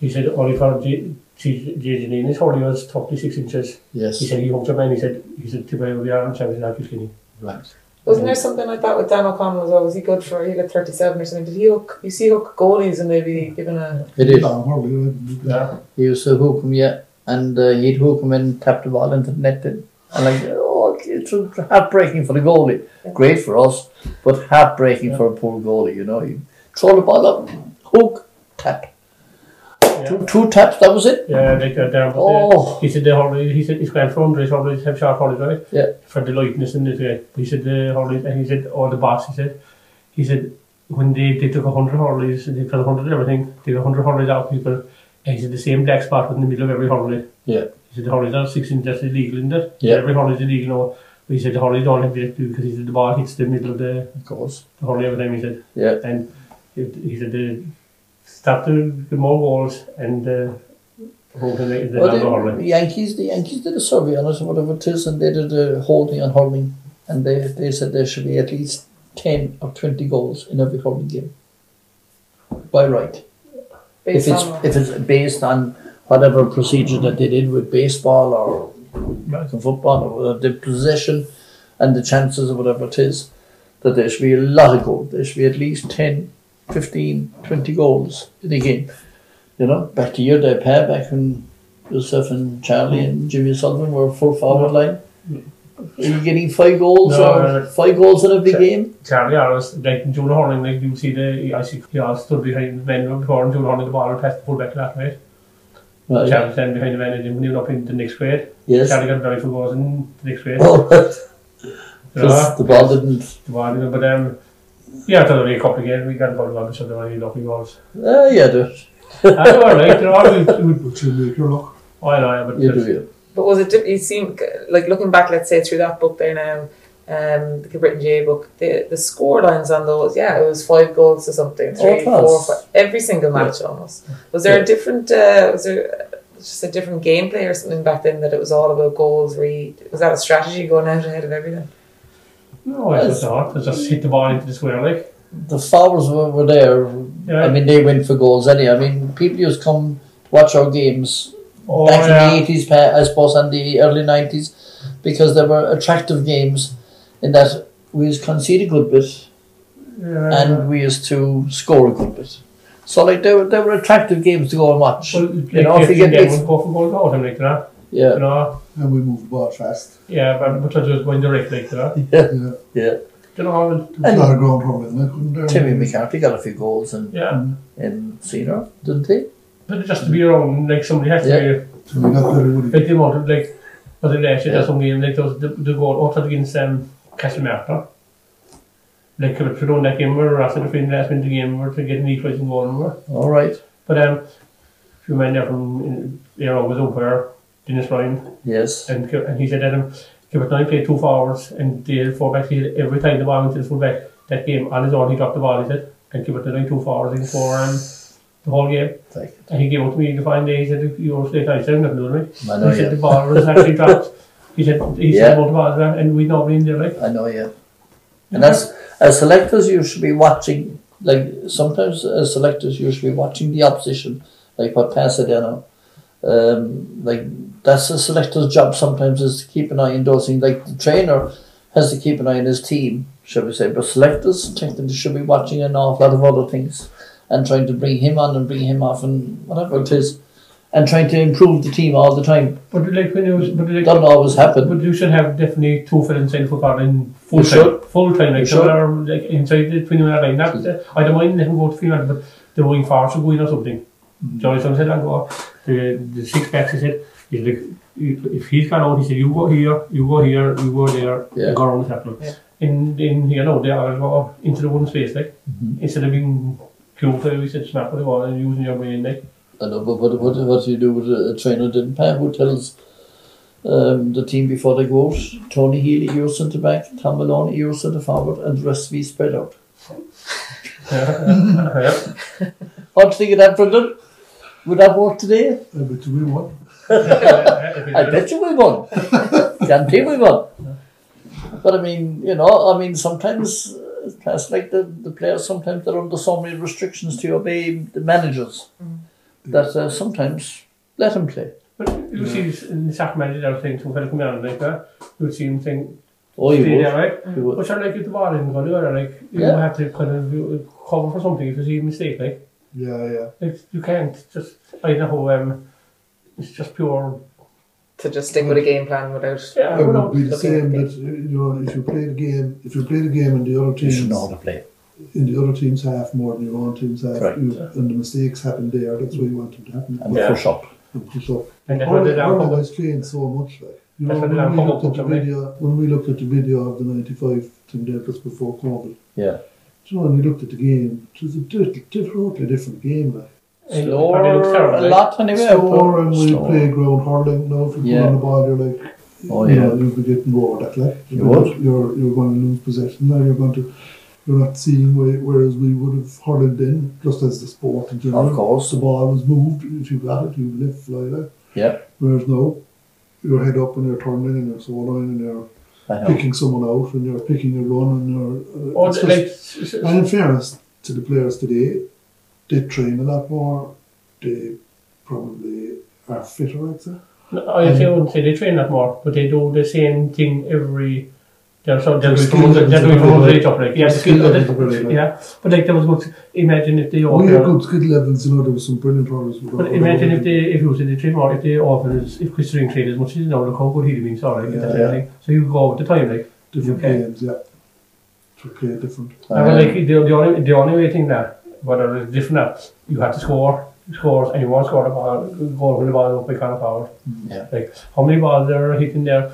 [SPEAKER 3] He said Ollie found Jason in his Holly was 26 inches.
[SPEAKER 2] Yes.
[SPEAKER 3] He said he hooked up and he said he said Tibet will be our champion like skinny.
[SPEAKER 2] Right.
[SPEAKER 5] Wasn't there something like that with Dan O'Connell as well? Was he good for he like thirty seven or something? Did he hook you see hook goalies and they'd be given a
[SPEAKER 2] It is.
[SPEAKER 4] Down hardly, I didn't know.
[SPEAKER 3] Yeah.
[SPEAKER 2] He used to hook him, yeah, and uh, he'd hook him and tap the ball into the net. And and like, oh, it's heartbreaking for the goalie. Great for us, but heartbreaking
[SPEAKER 3] Yeah.
[SPEAKER 2] for a poor goalie, you know. He throw the ball up, hook, tap.
[SPEAKER 3] Yeah,
[SPEAKER 2] Two, two taps, that was it.
[SPEAKER 3] yeah they got down. But uh,
[SPEAKER 2] Oh,
[SPEAKER 3] he said the Holly, he said his grandfather, his Holly, have sharp Holly, right?
[SPEAKER 2] Yeah.
[SPEAKER 3] For the lightness in this way. He said the Holly, and he said, or the boss, he said, he said, when they, they took 100 Hollies, they put 100 everything, they got 100 Hollies out people, and he said the same black spot was in the middle of every Holly.
[SPEAKER 2] Yeah.
[SPEAKER 3] He said the Hollies are 16, that's illegal, isn't it?
[SPEAKER 2] Yeah.
[SPEAKER 3] Every Holly's illegal now. But he said the Hollies don't have to do because he said the ball hits the middle of the,
[SPEAKER 2] of course.
[SPEAKER 3] the Holly every time, he said.
[SPEAKER 2] Yeah,
[SPEAKER 3] And he, he said they stop the, the more walls and uh, hope they make it
[SPEAKER 2] Well,
[SPEAKER 3] another Holly.
[SPEAKER 2] the, the Yankees, the Yankees did a survey on us, whatever it is, and they did a holding and hurling, and they they said there should be at least ten or twenty goals in every hurling game. By right. if
[SPEAKER 5] based
[SPEAKER 2] it's
[SPEAKER 5] on
[SPEAKER 2] if it's based on whatever procedure that they did with baseball or American football or the possession and the chances or whatever it is, that there should be a lot of goals. There should be at least 10, 15, 20 goals in a game. You know, back to your day, Pat, back when yourself and Charlie and Jimmy Sullivan were full forward line. Are you getting five goals
[SPEAKER 3] No,
[SPEAKER 2] or
[SPEAKER 3] no, no.
[SPEAKER 2] five goals in every
[SPEAKER 3] Sure.
[SPEAKER 2] game?
[SPEAKER 3] Charlie Harris, like John Horning, like you see the E I see he all stood behind the men before and John Horning the ball and passed the full back last night.
[SPEAKER 2] Right.
[SPEAKER 3] Charlie stand behind the men and when he was up in the next grade.
[SPEAKER 2] Oh, Yes.
[SPEAKER 3] Charlie got very few goals in the next grade.
[SPEAKER 2] Well,
[SPEAKER 3] You know,
[SPEAKER 2] the ball didn't.
[SPEAKER 3] the ball, you know, but um yeah, I thought only a couple of games we got about eleven so there were only lucky goals.
[SPEAKER 2] Uh, yeah, do-
[SPEAKER 3] I know right, you know, I would- would
[SPEAKER 4] But you make your luck.
[SPEAKER 3] I know, but
[SPEAKER 2] you
[SPEAKER 3] just-
[SPEAKER 2] do it.
[SPEAKER 5] But was it? diff- It seemed like looking back, let's say through that book there now, um, the Britain J book, the the score lines on those, yeah, it was five goals to something,
[SPEAKER 2] Oh,
[SPEAKER 5] three,
[SPEAKER 2] it
[SPEAKER 5] four, five
[SPEAKER 2] was.
[SPEAKER 5] every single match almost. Was there
[SPEAKER 2] Yeah.
[SPEAKER 5] a different? Uh, was there just a different gameplay or something back then that it was all about goals? Re was that a strategy going out ahead of everything?
[SPEAKER 3] no, it's just not. It's just hit the ball into the square like.
[SPEAKER 2] the Fowlers were, were there.
[SPEAKER 3] Yeah.
[SPEAKER 2] I mean, they went for goals anyhow. I mean, people used to come to watch our games
[SPEAKER 3] Oh,
[SPEAKER 2] back
[SPEAKER 3] yeah.
[SPEAKER 2] in the 80s, pa- I suppose, and the early 90s because they were attractive games in that we used to concede a good bit
[SPEAKER 3] yeah.
[SPEAKER 2] and we used to score a good bit. So, like, they were, they were attractive games to go and watch.
[SPEAKER 3] well, like,
[SPEAKER 2] you know, if you get
[SPEAKER 3] they
[SPEAKER 2] this-
[SPEAKER 3] would go for goals or something like that.
[SPEAKER 2] Yeah.
[SPEAKER 3] You know,
[SPEAKER 4] And we moved the ball fast.
[SPEAKER 3] yeah, but but I just going direct like that.
[SPEAKER 4] Yeah.
[SPEAKER 3] You know, I would-
[SPEAKER 4] It's not a ground hurling, I couldn't uh, dare.
[SPEAKER 2] Timmy McCarthy got a few goals in,
[SPEAKER 3] yeah.
[SPEAKER 2] in Senior, didn't he?
[SPEAKER 3] But just to be around, like somebody has to
[SPEAKER 4] Timmy got better with
[SPEAKER 3] be,
[SPEAKER 4] it.
[SPEAKER 3] like they wanted, like, was it actually
[SPEAKER 2] Yeah.
[SPEAKER 3] yeah. some game, like there was the, the goal, what against um, Casamata. Like, if you don't that game, we were after the fin last minute game, we were to get an equalising goal, and we were.
[SPEAKER 2] All right.
[SPEAKER 3] But um, if you remember from, in, you know, was umpire, Dennis Ryan,
[SPEAKER 2] Yes.
[SPEAKER 3] and, Ki- and he said that him, Kibertline played two forwards, and the fullback, he said every time the ball went to the fullback, that game, on his own, he dropped the ball, he said, and Kibertline two forwards, and four, um, the whole game.
[SPEAKER 2] Thank
[SPEAKER 3] And he gave up to me the fine day. He said, "You won't stay tight, seven nothing, right?"
[SPEAKER 2] you. I know
[SPEAKER 3] he said the
[SPEAKER 2] you.
[SPEAKER 3] ball was actually dropped. He said, "He
[SPEAKER 2] Oh, Yeah.
[SPEAKER 3] said about the ball was dropped, and we not been there, like."
[SPEAKER 2] I know you. And that's as selectors, you should be watching. Like sometimes, as selectors, you should be watching the opposition, like what Pasadena. Um, like that's a selector's job. Sometimes is to keep an eye on those things. Like the trainer has to keep an eye on his team, shall we say? But selectors technically should be watching an awful lot of other things and trying to bring him on and bring him off and whatever it is, and trying to improve the team all the time.
[SPEAKER 3] But like when it was, but like,
[SPEAKER 2] Doesn't always happen.
[SPEAKER 3] but you should have definitely two for inside football in
[SPEAKER 2] You
[SPEAKER 3] full time,
[SPEAKER 2] should.
[SPEAKER 3] full time, like,
[SPEAKER 2] You should.
[SPEAKER 3] somewhere, like inside the twenty minute line. That uh, I don't mind letting go to three minutes, but the going far should go in or something.
[SPEAKER 2] Mm.
[SPEAKER 3] Johnny Johnson said, "I go the the six backs." He said, "He's like." If he's gone out, he said, "You go here, you go here, you go there,
[SPEAKER 2] Yeah.
[SPEAKER 3] you go around the circle."
[SPEAKER 5] Yeah.
[SPEAKER 3] In in you know they are go into the one space, like
[SPEAKER 2] Mm-hmm.
[SPEAKER 3] instead of being cute, we said snap with the ball and using your brain, like
[SPEAKER 2] I know, but what, what, what do you do with a, a trainer didn't pay? Who tells um, the team before they go? out, Tony Healy, you're centre back, Tom Maloney, you're centre forward, and the rest be spread out.
[SPEAKER 3] yeah.
[SPEAKER 2] What do you think of that, Brendan? Would that work today?
[SPEAKER 4] I bet you we won.
[SPEAKER 2] I bet you we won. Guarantee we won. But I mean, you know, I mean, sometimes uh, It's like the, the players sometimes they're under so many restrictions to obey the managers that uh, sometimes let them play.
[SPEAKER 3] But you see this in the Sacramento there thing som kan komma an like you see him thing
[SPEAKER 2] Oh, you
[SPEAKER 3] stay
[SPEAKER 2] would.
[SPEAKER 3] there right
[SPEAKER 2] You would.
[SPEAKER 3] but you're like you the ball in goal or like you
[SPEAKER 2] Yeah.
[SPEAKER 3] have to kind of you- cover for something if you see a mistake like
[SPEAKER 4] Yeah, yeah.
[SPEAKER 3] like you can't just I don't know um it's just pure
[SPEAKER 5] to just stick with a game plan without.
[SPEAKER 3] yeah
[SPEAKER 4] It
[SPEAKER 3] well,
[SPEAKER 4] would be the
[SPEAKER 5] looking
[SPEAKER 4] same
[SPEAKER 5] at
[SPEAKER 4] that you know if you play the game if you play the game in the other
[SPEAKER 2] You
[SPEAKER 4] teams
[SPEAKER 2] should know how to play.
[SPEAKER 4] in the other team's half more than your own team's half
[SPEAKER 2] Correct.
[SPEAKER 4] you, and the mistakes happen there that's where you want them to happen
[SPEAKER 2] And
[SPEAKER 3] Yeah.
[SPEAKER 2] push up.
[SPEAKER 4] and push up
[SPEAKER 3] and that's what
[SPEAKER 4] Ireland
[SPEAKER 3] they
[SPEAKER 4] Ireland
[SPEAKER 3] done
[SPEAKER 4] has changed so much like you know,
[SPEAKER 3] That's what
[SPEAKER 4] when,
[SPEAKER 3] they done
[SPEAKER 4] we looked at the
[SPEAKER 3] football club,
[SPEAKER 4] video, when we looked at the video of the 95 Tim Davis before Covid
[SPEAKER 2] Yeah.
[SPEAKER 4] you know, when we looked at the game it was a di- di- totally different game like
[SPEAKER 3] It- but it looks
[SPEAKER 2] Slower,
[SPEAKER 3] terrible,
[SPEAKER 2] a
[SPEAKER 3] eh?
[SPEAKER 2] lot anyway.
[SPEAKER 4] Score
[SPEAKER 2] but-
[SPEAKER 4] and we
[SPEAKER 2] Slower.
[SPEAKER 4] play ground hurling now if you
[SPEAKER 2] Yeah.
[SPEAKER 4] put on the ball you're like
[SPEAKER 2] Oh,
[SPEAKER 4] you
[SPEAKER 2] yeah.
[SPEAKER 4] know, you'll be getting over that like
[SPEAKER 2] You would.
[SPEAKER 4] you're, you're going to lose possession now you're going to you're not seeing where, whereas we would have hurled in just as the sport in general
[SPEAKER 2] Of course.
[SPEAKER 4] the ball was moved if you got it you left fly like
[SPEAKER 2] Yeah,
[SPEAKER 4] Whereas now, you're head up and you're turning and you're soloing and you're
[SPEAKER 2] I know.
[SPEAKER 4] picking someone out and you're picking a run and you're. uh,
[SPEAKER 3] or
[SPEAKER 4] it's
[SPEAKER 3] the-
[SPEAKER 4] just-
[SPEAKER 3] like s- s-
[SPEAKER 4] and in fairness to the players today, they train a lot more. They probably are fitter, I'd say.
[SPEAKER 3] No, I say I wouldn't say they train that more, but they do the same thing every. They're so they're
[SPEAKER 4] The
[SPEAKER 3] doing
[SPEAKER 4] skill
[SPEAKER 3] from they're
[SPEAKER 4] levels are
[SPEAKER 3] doing from
[SPEAKER 4] very
[SPEAKER 3] under
[SPEAKER 4] low.
[SPEAKER 3] each other, like yeah,
[SPEAKER 4] The
[SPEAKER 3] the
[SPEAKER 4] skill
[SPEAKER 3] skill
[SPEAKER 4] levels are very
[SPEAKER 3] levels,
[SPEAKER 4] low.
[SPEAKER 3] yeah. But like there was good. Imagine if they all.
[SPEAKER 4] we have good skill levels, you know, there were some brilliant players. who
[SPEAKER 3] But
[SPEAKER 4] were-
[SPEAKER 3] imagine if they if you was in the train or if they offer us if Chris Ring trained as much as you know, look how good he'd have been. Sorry, like,
[SPEAKER 4] Yeah,
[SPEAKER 3] that's
[SPEAKER 2] yeah.
[SPEAKER 3] everything. So you go with the time, like.
[SPEAKER 4] Different
[SPEAKER 3] Okay.
[SPEAKER 4] games, yeah. To play different.
[SPEAKER 3] I mean, like the, the only the only way thing that whether it's different that you have to score scores and you want to score the ball goal when the ball is up by kind of power.
[SPEAKER 2] Yeah.
[SPEAKER 3] Like how many balls are hitting there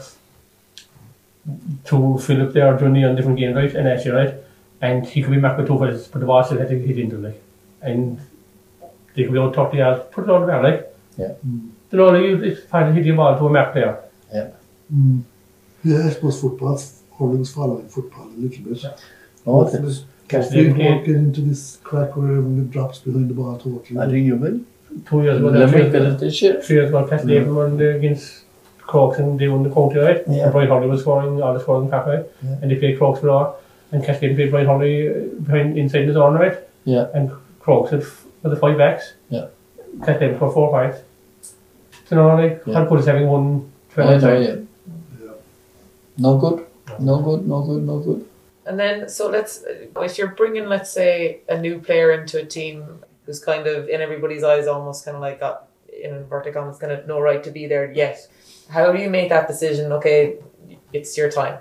[SPEAKER 3] to Philip there during the different game right and actually right? And he could be marked with two fights, but the ball still had to hit into like and they could be on top of the yards, put it on the ground like.
[SPEAKER 2] Yeah.
[SPEAKER 4] Mm.
[SPEAKER 3] You know, like, you- it's hard to hit the ball to a mark player.
[SPEAKER 4] Mm. Yeah, I suppose football's hurling's following football a little bit.
[SPEAKER 2] No, I think-
[SPEAKER 3] Catch
[SPEAKER 4] We
[SPEAKER 3] Oh, them
[SPEAKER 4] won't
[SPEAKER 3] in
[SPEAKER 4] get into this crack where everyone drops behind the ball totally.
[SPEAKER 2] I think you will.
[SPEAKER 3] two years ago. that's
[SPEAKER 2] Limerick
[SPEAKER 3] right.
[SPEAKER 2] did it this year.
[SPEAKER 3] three years ago, Castle
[SPEAKER 2] Mm.
[SPEAKER 3] Devon won the- against Crokes and they won the county, right?
[SPEAKER 2] Yeah.
[SPEAKER 3] And Brian Holly was scoring, all the scoring back, right?
[SPEAKER 2] Yeah.
[SPEAKER 3] And they played Crokes for hour. And Castle Devon played Brian Holly uh, behind, inside the zone, right?
[SPEAKER 2] Yeah.
[SPEAKER 3] And Crokes had f- were the five backs.
[SPEAKER 2] Yeah.
[SPEAKER 3] Castle Devon for four fives. So now, like,
[SPEAKER 2] Yeah.
[SPEAKER 3] yeah. Hardcore is having one.
[SPEAKER 2] I know,
[SPEAKER 3] 12
[SPEAKER 2] yeah. No good. No good. No good. No good.
[SPEAKER 5] And then, so let's, if you're bringing, let's say, a new player into a team who's kind of in everybody's eyes, almost kind of like got, in inverted commas, kind of no right to be there yet, how do you make that decision? Okay, it's your time.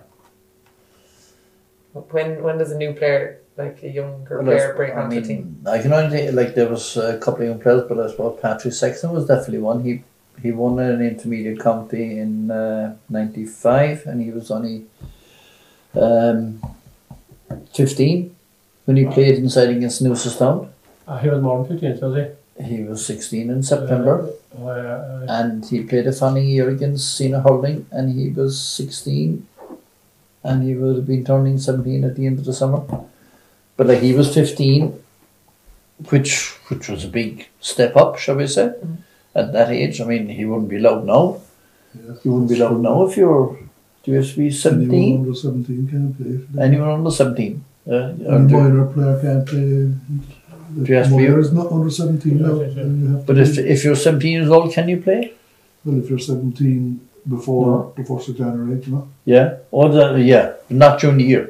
[SPEAKER 5] When when does a new player, like a younger
[SPEAKER 2] Well,
[SPEAKER 5] player,
[SPEAKER 2] that's-
[SPEAKER 5] break
[SPEAKER 2] I
[SPEAKER 5] onto
[SPEAKER 2] mean,
[SPEAKER 5] the team?
[SPEAKER 2] I can only think like there was a couple of young players, but I suppose Patrick Sexton was definitely one. He he won an intermediate county in uh, '95, and he was only um, 15 when he played inside against Newcestown.
[SPEAKER 3] uh, He was more than 15, so was he?
[SPEAKER 2] He was 16 in September,
[SPEAKER 3] Uh, uh,
[SPEAKER 2] and he played a funny year against Sina Holding, and he was 16, and he would have been turning 17 at the end of the summer. But like he was 15, which which was a big step up, shall we say, at that age. I mean, he wouldn't be allowed now.
[SPEAKER 4] Yeah.
[SPEAKER 2] He wouldn't be allowed now if you're do you have to be 17?
[SPEAKER 4] Anyone under 17 can't play.
[SPEAKER 2] Anyone under 17? Uh,
[SPEAKER 4] A
[SPEAKER 2] or do-
[SPEAKER 4] minor player can't play.
[SPEAKER 2] Do you have to
[SPEAKER 4] The
[SPEAKER 2] be-
[SPEAKER 4] minor is not under 17 now.
[SPEAKER 3] Yeah, yeah, yeah.
[SPEAKER 4] then you have to
[SPEAKER 2] but if,
[SPEAKER 4] be-
[SPEAKER 2] if you're 17 years old, can you play?
[SPEAKER 4] well, if you're 17 before the 1st of January, no.
[SPEAKER 2] Yeah, or the, yeah, not during the year.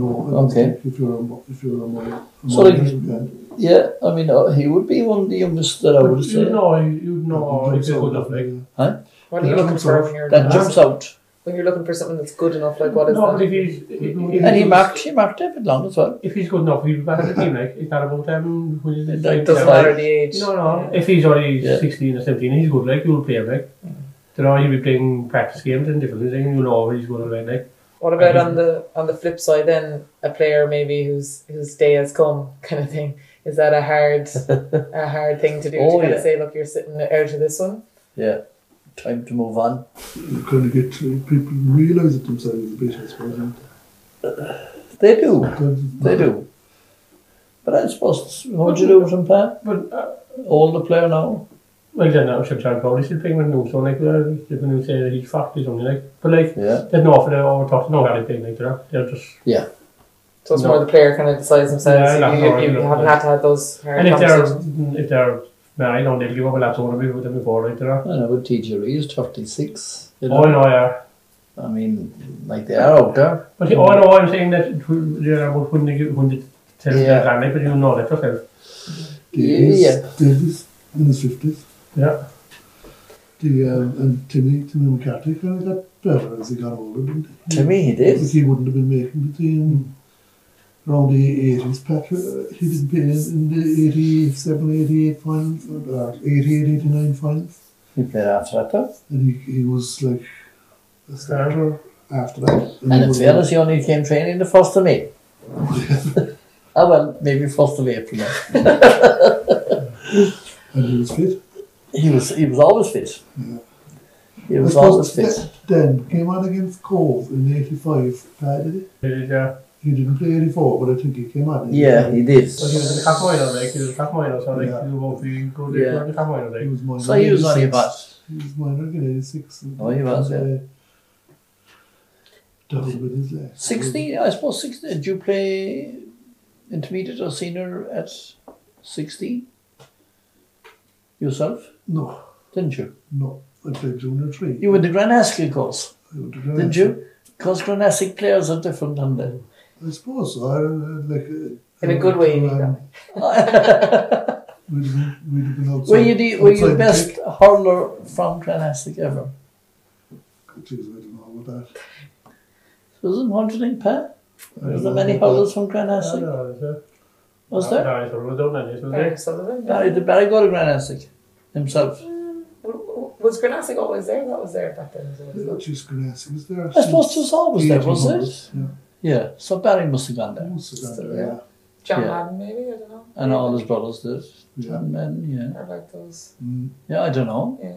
[SPEAKER 4] No, I don't
[SPEAKER 2] Okay.
[SPEAKER 4] think if you're a, mo- if you're a minor. a
[SPEAKER 2] So,
[SPEAKER 4] minor,
[SPEAKER 2] like-
[SPEAKER 4] you can't.
[SPEAKER 2] Yeah, I mean, uh, he would be one of the youngest that I would say.
[SPEAKER 3] you know, you know,
[SPEAKER 4] You
[SPEAKER 3] if you're
[SPEAKER 4] don't
[SPEAKER 3] good enough, like.
[SPEAKER 4] know.
[SPEAKER 5] What are you
[SPEAKER 4] that
[SPEAKER 5] looking
[SPEAKER 4] jumps
[SPEAKER 5] for
[SPEAKER 4] off.
[SPEAKER 5] when you're,
[SPEAKER 2] That jumps out.
[SPEAKER 5] when you're looking for something that's good enough? Like, what is
[SPEAKER 3] No,
[SPEAKER 5] that?
[SPEAKER 3] but if he's, if, if
[SPEAKER 2] And he
[SPEAKER 3] he's-
[SPEAKER 2] marked, he marked David Long as well.
[SPEAKER 3] If he's good enough, he'll be back in the team, like. It's not about them. who is
[SPEAKER 2] It
[SPEAKER 3] it?
[SPEAKER 2] doesn't
[SPEAKER 5] doesn't
[SPEAKER 2] Yeah.
[SPEAKER 5] matter the age.
[SPEAKER 3] No, no. If he's already
[SPEAKER 2] Yeah.
[SPEAKER 3] 16 or 17, he's good. Like, you'll play him, like. Then all you'll be playing practice games and different things, and you know he's going to play, like.
[SPEAKER 5] What about on the on the flip side then a player maybe whose whose day has come kind of thing? Is that a hard a hard thing to do
[SPEAKER 2] Oh,
[SPEAKER 5] to kind
[SPEAKER 2] yeah.
[SPEAKER 5] of say, look, you're sitting out of this one?
[SPEAKER 2] Yeah, time to move on.
[SPEAKER 4] You kind of get to- people realise it themselves a bit, I suppose. don't
[SPEAKER 2] They do,
[SPEAKER 4] They
[SPEAKER 2] they do. But I suppose, what would you do with him, player?
[SPEAKER 3] But, uh,
[SPEAKER 2] Older player now?
[SPEAKER 3] well, then uh, I'm sure Charles Crowley's still playing with him, so, like, uh, they're going to say that he's fucked or something, like. But, like,
[SPEAKER 2] Yeah.
[SPEAKER 3] there's no offer there over talk, no value playing, like, they're, they're just.
[SPEAKER 2] Yeah.
[SPEAKER 5] So it's
[SPEAKER 3] No.
[SPEAKER 5] more the player kind of decides themselves.
[SPEAKER 3] Yeah, not
[SPEAKER 5] you, you,
[SPEAKER 3] hard,
[SPEAKER 5] you
[SPEAKER 3] no,
[SPEAKER 5] haven't
[SPEAKER 3] no.
[SPEAKER 5] had to have those hard
[SPEAKER 3] And if
[SPEAKER 5] conversations.
[SPEAKER 3] they're, if they're, nah, I don't need to give up a lapse on them, we've done before, right, there.
[SPEAKER 2] I know with TGRE is 36. You
[SPEAKER 3] Oh,
[SPEAKER 2] know?
[SPEAKER 3] no, yeah.
[SPEAKER 2] I mean, like they are out there.
[SPEAKER 3] But the- oh, no, I'm saying that it will- they are about when they, give- when they tell
[SPEAKER 2] Yeah.
[SPEAKER 3] their family, but you know that yourself.
[SPEAKER 4] Davies,
[SPEAKER 2] Yeah.
[SPEAKER 4] Davies in his 50s.
[SPEAKER 3] Yeah.
[SPEAKER 4] The, um, and Timmy, Timmy McCarthy kind of got better as he got older, didn't he?
[SPEAKER 2] To me, it
[SPEAKER 4] Like
[SPEAKER 2] is.
[SPEAKER 4] he wouldn't have been making the
[SPEAKER 2] Hmm.
[SPEAKER 4] team around the 80s, Patrick. He didn't play in, in the 87, 88 finals, or 88, 89 finals.
[SPEAKER 2] He played after that, though.
[SPEAKER 4] And he, he was like a
[SPEAKER 3] Uh,
[SPEAKER 4] starter after that. he
[SPEAKER 2] And in
[SPEAKER 4] was-
[SPEAKER 2] fairness, he only came training the 1st of May. oh, well, maybe 1st of April. then.
[SPEAKER 4] And he was fit.
[SPEAKER 2] He was, he was always fit.
[SPEAKER 4] Yeah.
[SPEAKER 2] He
[SPEAKER 4] I
[SPEAKER 2] Mm. was
[SPEAKER 4] suppose
[SPEAKER 2] always fit.
[SPEAKER 4] th- Then came on against Cove in 85, Pat, did he?
[SPEAKER 3] Yeah.
[SPEAKER 4] He didn't play 84, but I think he came on. in
[SPEAKER 2] Yeah, he did.
[SPEAKER 3] So he was in the cup minor, like, he was a cup minor, so like,
[SPEAKER 4] Yeah.
[SPEAKER 3] he won't be good
[SPEAKER 2] Yeah.
[SPEAKER 3] in the cup minor, like.
[SPEAKER 4] He was minor.
[SPEAKER 2] So he was only
[SPEAKER 4] 86.
[SPEAKER 2] about
[SPEAKER 4] He was minor in 86. and-
[SPEAKER 2] Oh, he was, yeah.
[SPEAKER 4] and, uh, Doubled with his legs.
[SPEAKER 2] 16, I suppose 16. Did you play intermediate or senior at 16? Yourself?
[SPEAKER 4] No,
[SPEAKER 2] Didn't you?
[SPEAKER 4] no. I played junior three.
[SPEAKER 2] You were the Granaskill course,
[SPEAKER 4] I went to Glasgow.
[SPEAKER 2] didn't you? Because Granaskill players are different than them.
[SPEAKER 4] I suppose so. I, uh, like, uh,
[SPEAKER 5] In a good way, you mean,
[SPEAKER 2] Mm-hmm.
[SPEAKER 4] um,
[SPEAKER 5] Dominic.
[SPEAKER 4] We'd have been, we'd have been outside.
[SPEAKER 2] were you the were you the
[SPEAKER 4] outside
[SPEAKER 2] best
[SPEAKER 4] kick.
[SPEAKER 2] hurler from Granaskill ever?
[SPEAKER 4] Jeez, I don't know about that.
[SPEAKER 2] Was it 108 pair?
[SPEAKER 4] I
[SPEAKER 2] Was
[SPEAKER 4] don't
[SPEAKER 2] there
[SPEAKER 4] know
[SPEAKER 2] many
[SPEAKER 4] about
[SPEAKER 2] hurlers from
[SPEAKER 3] I don't
[SPEAKER 2] Granaskill?
[SPEAKER 3] know, is there?
[SPEAKER 2] Was there?
[SPEAKER 3] No, it's all done, then, isn't
[SPEAKER 5] Barry
[SPEAKER 3] it?
[SPEAKER 5] Sullivan.
[SPEAKER 2] Barry, did Barry go to Granaskill himself?
[SPEAKER 5] W- w- Was Granasic always there? That was there back then. was
[SPEAKER 4] that.
[SPEAKER 5] it?
[SPEAKER 4] Yeah, Jeez, uh, Ganassi was there.
[SPEAKER 2] I suppose was always there, was it?
[SPEAKER 4] Yeah.
[SPEAKER 2] Yeah, so Barry must have gone
[SPEAKER 4] I
[SPEAKER 2] there.
[SPEAKER 4] must have
[SPEAKER 5] So,
[SPEAKER 4] done that,
[SPEAKER 5] John
[SPEAKER 2] Yeah.
[SPEAKER 5] Madden, maybe I don't know.
[SPEAKER 2] And all his brothers did.
[SPEAKER 4] Yeah.
[SPEAKER 2] And then,
[SPEAKER 5] Or like those.
[SPEAKER 4] yeah. Mm.
[SPEAKER 2] yeah. Yeah, I don't know.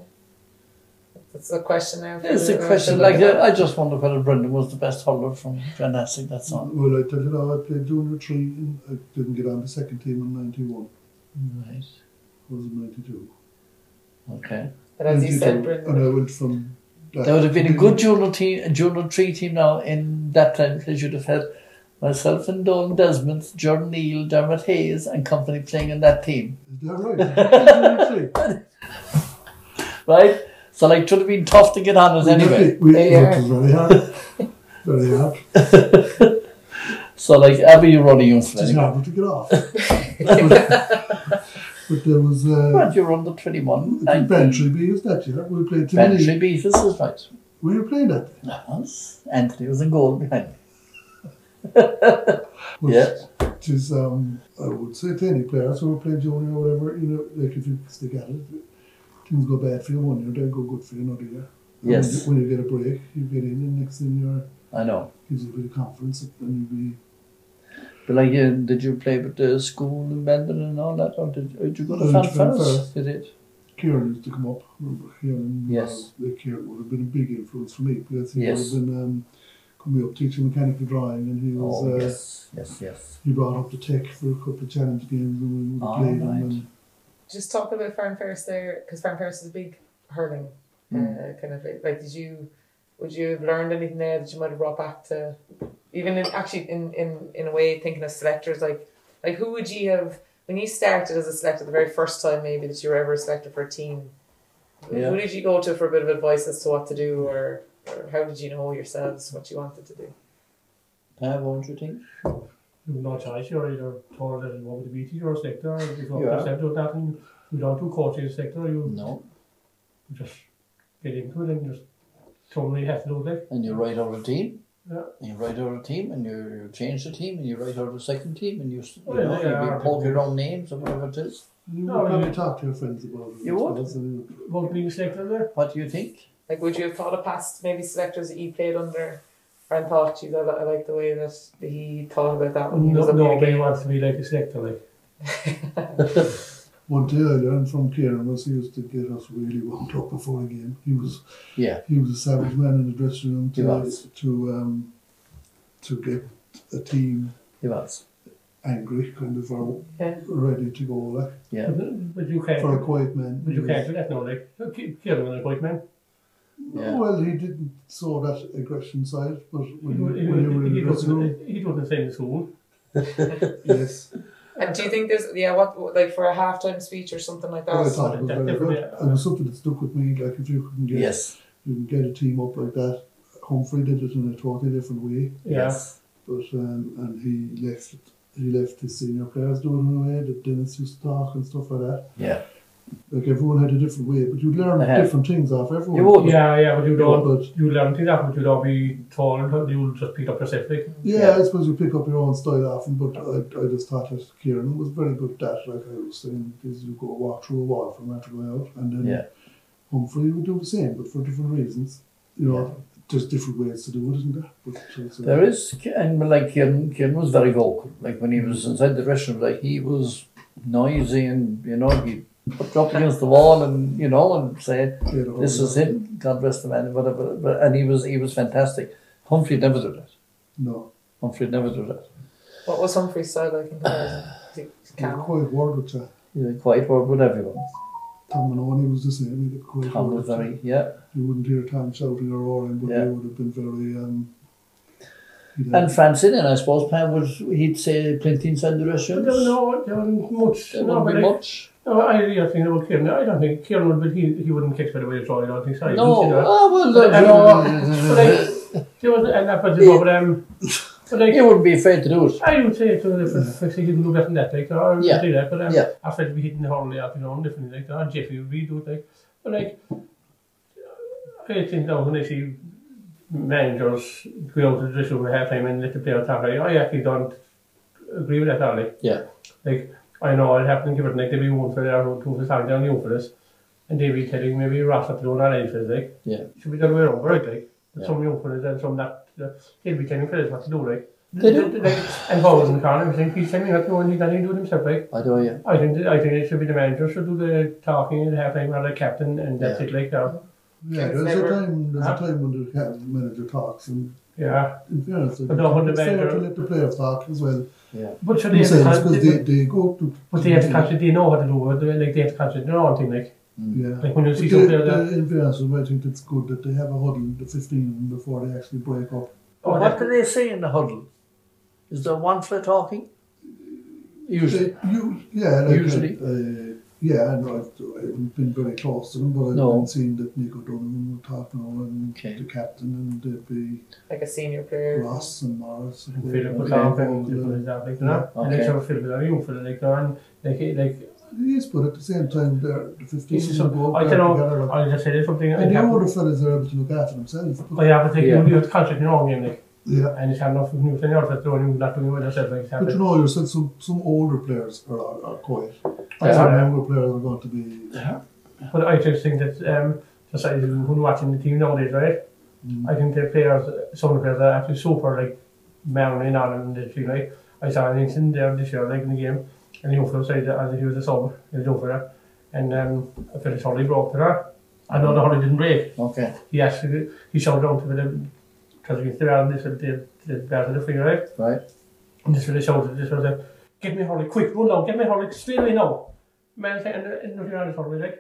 [SPEAKER 5] That's a question now. for
[SPEAKER 2] It's
[SPEAKER 5] the-
[SPEAKER 2] a question.
[SPEAKER 5] for
[SPEAKER 2] Like,
[SPEAKER 5] the-
[SPEAKER 2] uh, I just wonder whether Brendan was the best hurler from Granassic, that's all.
[SPEAKER 4] Well, I tell you now, I played junior three and I didn't get on the second team in 91.
[SPEAKER 2] Right.
[SPEAKER 4] I was in 92.
[SPEAKER 2] Okay.
[SPEAKER 5] But
[SPEAKER 2] Mm-hmm.
[SPEAKER 5] as you
[SPEAKER 4] 92,
[SPEAKER 5] said,
[SPEAKER 4] And
[SPEAKER 5] Brendan,
[SPEAKER 4] I went from. That
[SPEAKER 2] There would have been a good junior team, a junior three team now in that time because you'd have had myself and Don Desmond, Jordan Neal, Dermot Hayes, and company playing in that team.
[SPEAKER 4] Is that right? Junior three.
[SPEAKER 2] Right? So, like, it would have been tough to get on with anyway.
[SPEAKER 4] We, we,
[SPEAKER 5] There you
[SPEAKER 4] it was very hard. very hard.
[SPEAKER 2] So, like, Abby, you're running your
[SPEAKER 4] Just
[SPEAKER 2] flag.
[SPEAKER 4] hard to get off. but, but there was. Uh,
[SPEAKER 2] Right, you're under 21.
[SPEAKER 4] Bantry B was that year. We played Timmy.
[SPEAKER 2] Bantry beat us, is right.
[SPEAKER 4] We were playing that.
[SPEAKER 2] Yes. Anthony was in goal behind.
[SPEAKER 4] Well,
[SPEAKER 2] Yeah.
[SPEAKER 4] Which is, um, I would say to any players who are playing junior or whatever, you know, like if you stick at it, things go bad for you one year, they go good for you another year. And
[SPEAKER 2] Yes.
[SPEAKER 4] When you, when you get a break, you get in, and next thing you're
[SPEAKER 2] I know.
[SPEAKER 4] gives you a bit of confidence, and you be.
[SPEAKER 2] But like, uh, did you play with the school in Bendon and all that, or did, or did you go to
[SPEAKER 4] Uh,
[SPEAKER 2] Fan
[SPEAKER 4] Fan
[SPEAKER 2] Ferris?
[SPEAKER 4] Ferris.
[SPEAKER 2] You did.
[SPEAKER 4] Kieran used to come up. Remember Kieran?
[SPEAKER 2] Yes.
[SPEAKER 4] Uh, like Kieran would have been a big influence for me because he
[SPEAKER 2] Yes.
[SPEAKER 4] would have been um, coming up teaching mechanical drawing, and he was.
[SPEAKER 2] Oh
[SPEAKER 4] uh,
[SPEAKER 2] yes, yes, yes.
[SPEAKER 4] He brought up the tech for a couple of challenge games, and we would
[SPEAKER 2] All
[SPEAKER 4] play them.
[SPEAKER 2] Ah, right.
[SPEAKER 4] And
[SPEAKER 5] just talk about Farm Ferris there, because Farm Ferris is a big hurling uh, kind of like. Did you would you have learned anything there that you might have brought back to even in, actually in, in in a way thinking of selectors like like who would you have when you started as a selector the very first time maybe that you were ever a selector for a team? who-
[SPEAKER 2] Yeah.
[SPEAKER 5] Who did you go to for a bit of advice as to what to do or, or how did you know yourselves what you wanted to do?
[SPEAKER 2] Uh, won't you think?
[SPEAKER 3] You've no choice, you're either told that you want to beat your sector, if you
[SPEAKER 2] Yeah.
[SPEAKER 3] accept that, and you don't do coaching sector, you
[SPEAKER 2] No,
[SPEAKER 3] just get into it and just totally have to do it.
[SPEAKER 2] and you write out a team.
[SPEAKER 3] Yeah.
[SPEAKER 2] You write out a team, and you, you change the team, and you write out a second team, and you s- you
[SPEAKER 3] Oh, yeah,
[SPEAKER 2] know
[SPEAKER 3] yeah,
[SPEAKER 2] you
[SPEAKER 3] yeah.
[SPEAKER 2] poke your own names or whatever it is.
[SPEAKER 4] you would
[SPEAKER 3] No, I
[SPEAKER 4] probably
[SPEAKER 3] mean-
[SPEAKER 4] talk to your friends about it.
[SPEAKER 2] You
[SPEAKER 4] as
[SPEAKER 2] would?
[SPEAKER 4] well, so you would.
[SPEAKER 3] Won't be a sector there.
[SPEAKER 2] What do you think?
[SPEAKER 5] Like, would you have thought of past maybe selectors that you played under and thought, geez, I, li- I like the way that he thought about that when he
[SPEAKER 3] No,
[SPEAKER 5] was up
[SPEAKER 3] no
[SPEAKER 5] no, in the
[SPEAKER 3] nobody
[SPEAKER 5] game?
[SPEAKER 3] wants to be like a sector, like.
[SPEAKER 4] One thing I learned from Kieran was he used to get us really wound up before the game. He was
[SPEAKER 2] Yeah.
[SPEAKER 4] he was a savage man in the dressing room
[SPEAKER 2] He
[SPEAKER 4] to
[SPEAKER 2] was.
[SPEAKER 4] to um, to get a team
[SPEAKER 2] He was.
[SPEAKER 4] angry, kind of or
[SPEAKER 5] Yeah.
[SPEAKER 4] ready to go like,
[SPEAKER 2] Yeah.
[SPEAKER 3] But you can't,
[SPEAKER 4] for a quiet man.
[SPEAKER 3] but you can't do that now, like. You keep killing an appointment.
[SPEAKER 2] Yeah.
[SPEAKER 4] Well, he didn't saw that aggression side, but when
[SPEAKER 3] He,
[SPEAKER 4] you,
[SPEAKER 3] wa- he,
[SPEAKER 4] when you were
[SPEAKER 3] wa-
[SPEAKER 4] in the
[SPEAKER 3] he,
[SPEAKER 4] dressing room,
[SPEAKER 3] wasn't, he wasn't the same school.
[SPEAKER 4] yes,
[SPEAKER 5] And do you think there's yeah what what- like for a halftime speech or something like
[SPEAKER 4] I
[SPEAKER 5] that?
[SPEAKER 4] thought it was very good. And it's something that stuck with me, like if you couldn't get,
[SPEAKER 2] Yes.
[SPEAKER 4] you can get a team up like that. Humphrey did it in a totally different way,
[SPEAKER 3] Yeah.
[SPEAKER 4] but um, and he left it. He left his senior players doing it in a way that Dennis used to talk and stuff like that.
[SPEAKER 2] Yeah.
[SPEAKER 4] Like everyone had a different way, but you learn
[SPEAKER 2] Uh-huh.
[SPEAKER 4] different things off everyone.
[SPEAKER 2] You would.
[SPEAKER 3] Yeah, yeah, but you don't.
[SPEAKER 4] But
[SPEAKER 3] You learn to that, but you don't be told. You'll just pick up yourself.
[SPEAKER 4] Yeah, I suppose you pick up your own style often, but I, I just thought that Kieran was very good at that, like I was saying, because you go walk through a wall from that way out, and then
[SPEAKER 2] Yeah.
[SPEAKER 4] Humphrey would do the same, but for different reasons. You know, there's different ways to do it, isn't there? But, it's, uh,
[SPEAKER 2] There is, and like Kieran, Kieran was very vocal. Like when he was inside the dressing room, like he was noisy and, you know, he'd put up against the wall and, you know, and say,
[SPEAKER 4] yeah, the whole-
[SPEAKER 2] this is him, God bless the man, and whatever. But, and he was, he was fantastic. Humphrey never did that.
[SPEAKER 4] No,
[SPEAKER 2] Humphrey never did that.
[SPEAKER 5] What was Humphrey's style like in comparison? Was he
[SPEAKER 4] he was
[SPEAKER 5] calm?
[SPEAKER 4] quite worried with that.
[SPEAKER 2] He was quite worked with everyone.
[SPEAKER 4] Tom and Oni was the same, he was quite
[SPEAKER 2] Tom was
[SPEAKER 4] worried with
[SPEAKER 2] very, yeah.
[SPEAKER 4] that. You wouldn't hear Tom shouting or roaring, but
[SPEAKER 2] Yeah.
[SPEAKER 4] he would have been very. Um, he'd have-
[SPEAKER 2] And Francinian, I suppose, Pam was, he'd say, plenty inside the
[SPEAKER 3] I
[SPEAKER 2] restaurant.
[SPEAKER 3] don't know. There wasn't much.
[SPEAKER 2] There
[SPEAKER 3] no,
[SPEAKER 2] wouldn't
[SPEAKER 3] but
[SPEAKER 2] be
[SPEAKER 3] like-
[SPEAKER 2] much.
[SPEAKER 3] no, I really think about Kieran. I don't think Kieran would, but he, he wouldn't kick straight away at all. I don't think so. I
[SPEAKER 2] No,
[SPEAKER 3] didn't see that.
[SPEAKER 2] ah, well,
[SPEAKER 3] But,
[SPEAKER 2] there-
[SPEAKER 3] I know, but like, there was, and that was it, but, um, but like,
[SPEAKER 2] he wouldn't be afraid to do it.
[SPEAKER 3] I would say to the first thing you can do better than that, like, I would
[SPEAKER 2] Yeah.
[SPEAKER 3] say that, but um,
[SPEAKER 2] Yeah.
[SPEAKER 3] I felt to be hitting the horn up, you know, differently, like, that. Jeffy would redo it, like, but like, I think now when I see managers go out to the dressing room at halftime and let the player talk, like, I actually don't agree with that, at all, like,
[SPEAKER 2] Yeah.
[SPEAKER 3] like, I know I'll have to give it, like, they'll be one for that, or two for that, down the for this, and they'll be telling maybe Ross up to do an analysis, like,
[SPEAKER 2] Yeah.
[SPEAKER 3] should be the other way around, right, like,
[SPEAKER 2] Yeah.
[SPEAKER 3] some young fellas and some that, that- he'll be telling fellas what to do, like,
[SPEAKER 2] They do.
[SPEAKER 3] like, involved in the car and everything. He's telling me that no one he doesn't do it himself. Like,
[SPEAKER 2] I do, yeah.
[SPEAKER 3] I think I think it should be the manager should do the talking and have him or the captain and that's
[SPEAKER 2] Yeah.
[SPEAKER 3] it. Like uh, that.
[SPEAKER 4] yeah,
[SPEAKER 5] It's
[SPEAKER 4] there's a
[SPEAKER 5] never-
[SPEAKER 4] time. There's
[SPEAKER 3] Huh?
[SPEAKER 4] a time when the captain manager talks and
[SPEAKER 3] Yeah,
[SPEAKER 4] In fairness,
[SPEAKER 3] But no, when the
[SPEAKER 4] it's fair
[SPEAKER 3] manager-
[SPEAKER 4] to let the players talk as well.
[SPEAKER 3] but should they have
[SPEAKER 4] I'm saying it's
[SPEAKER 3] to
[SPEAKER 4] because
[SPEAKER 3] concentrate?
[SPEAKER 4] they, they go to.
[SPEAKER 3] But they have to concentrate. They know how to do it. They- Like they have to concentrate on their own thing. Like
[SPEAKER 4] Yeah.
[SPEAKER 3] like when you
[SPEAKER 4] But
[SPEAKER 3] see
[SPEAKER 4] they,
[SPEAKER 3] some player that.
[SPEAKER 4] they, in fairness, I think it's good that they have a huddle the 15 before they actually break up.
[SPEAKER 3] Oh,
[SPEAKER 2] what
[SPEAKER 3] that-
[SPEAKER 2] do they say in the huddle? Is there one for talking? Usually.
[SPEAKER 4] They- you, yeah, like,
[SPEAKER 2] Usually.
[SPEAKER 4] Uh, yeah, I know. I've, I haven't been very close to them, but I've
[SPEAKER 2] No.
[SPEAKER 4] been seeing that Nico Donovan would talk now and
[SPEAKER 2] Okay.
[SPEAKER 4] the captain and there'd be
[SPEAKER 5] Like a senior player.
[SPEAKER 4] Ross and Morris.
[SPEAKER 3] and
[SPEAKER 4] they-
[SPEAKER 3] Philip was
[SPEAKER 4] they
[SPEAKER 3] off
[SPEAKER 4] all,
[SPEAKER 3] and
[SPEAKER 4] uh,
[SPEAKER 3] people like that. Like that. And
[SPEAKER 2] Okay.
[SPEAKER 3] they should Philip was young for the like that. And like it- like
[SPEAKER 4] Yes, but at the same time, they're, the 15
[SPEAKER 3] this is some-
[SPEAKER 4] go up
[SPEAKER 3] I
[SPEAKER 4] there
[SPEAKER 3] don't
[SPEAKER 4] together.
[SPEAKER 3] know.
[SPEAKER 4] like-
[SPEAKER 3] I just said it, something.
[SPEAKER 4] and
[SPEAKER 3] I
[SPEAKER 4] the
[SPEAKER 3] have
[SPEAKER 4] older fellas are able to look after themselves. but-
[SPEAKER 3] I have to take
[SPEAKER 2] Yeah.
[SPEAKER 3] you have to concentrate on your own game. Like
[SPEAKER 4] yeah.
[SPEAKER 3] and it's enough new thing else that's doing you not doing it with yourself. Like
[SPEAKER 4] But you
[SPEAKER 3] that.
[SPEAKER 4] know, you said some, some older players are, are, are quiet.
[SPEAKER 3] Yeah.
[SPEAKER 4] Some younger players are going to be.
[SPEAKER 3] But I just think that um, just like when watching the team nowadays, right?
[SPEAKER 4] Mm.
[SPEAKER 3] I think the players, some of the players are actually super like manly in Ireland this year. Like I saw an incident there this year, like in the game, and the Uffalo said that and he was a sub, he was over there, and um, I felt his holly broke to that. I know the holly didn't break.
[SPEAKER 2] Okay.
[SPEAKER 3] He actually he showed down to the because against the Ireland, this was the the better the free right,
[SPEAKER 2] Right.
[SPEAKER 3] and this was the shoulder, this was a get me holly quick, run now, get me holly straight away now. Man, said, and and nothing else holly like.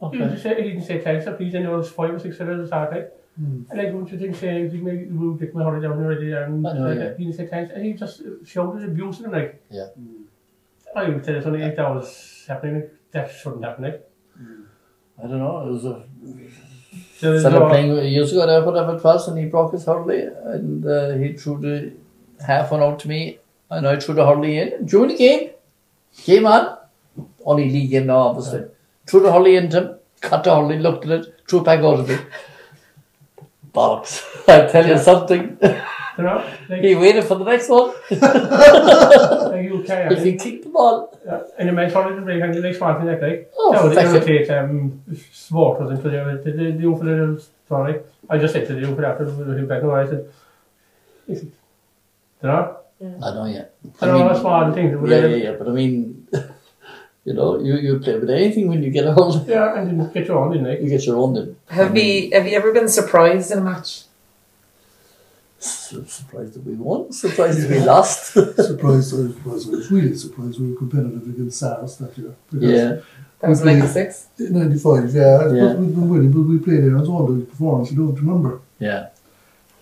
[SPEAKER 3] He
[SPEAKER 2] Okay.
[SPEAKER 3] didn't say he didn't say ten stuff. He said there was five or six others that like. And I don't think say he maybe will get my holiday down already and
[SPEAKER 2] I know,
[SPEAKER 3] like,
[SPEAKER 2] Oh, yeah.
[SPEAKER 3] he didn't uh, say ten and he just showed his abuse and like Hmm.
[SPEAKER 2] Yeah.
[SPEAKER 3] I would tell something if that was happening that shouldn't happen like.
[SPEAKER 2] I don't know. It was a
[SPEAKER 3] So there's
[SPEAKER 2] fellow
[SPEAKER 3] no-
[SPEAKER 2] playing years ago there, whatever it was, and he broke his hurley, and uh, he threw the half one out to me, and I threw the hurley in during the game. Game on, only league game now, obviously. Threw the hurley into him, cut the hurley, looked at it, threw it back out of me. Bollocks! I tell you something.
[SPEAKER 3] you know, like,
[SPEAKER 2] he waited for the next one.
[SPEAKER 3] like you carry
[SPEAKER 2] If
[SPEAKER 3] on
[SPEAKER 2] he kicked the ball,
[SPEAKER 3] uh, and it makes holiday break and the next one thing like like
[SPEAKER 2] Oh,
[SPEAKER 3] that would
[SPEAKER 2] thank you.
[SPEAKER 3] irritate um supporters into the the the the over the sorry I just said to the over after the back and I said you know
[SPEAKER 2] I know yeah.
[SPEAKER 3] I know that's why I'm thinking.
[SPEAKER 2] Yeah, yeah, yeah. But I mean, you know, you, you play with anything when you get a hold.
[SPEAKER 3] Yeah, and didn't get you on, didn't they?
[SPEAKER 2] uh, You get your own. Then.
[SPEAKER 5] Have you have you ever been surprised in a match?
[SPEAKER 2] su- surprised that we won, surprised that we lost.
[SPEAKER 4] surprised, I was I was really surprised we were competitive against SARS that year. because
[SPEAKER 2] yeah,
[SPEAKER 5] That was
[SPEAKER 4] Okay.
[SPEAKER 5] 96.
[SPEAKER 4] in 95, yeah,
[SPEAKER 2] Yeah.
[SPEAKER 4] But we've been winning, but we played Aaron's all those performance, you don't remember.
[SPEAKER 2] yeah.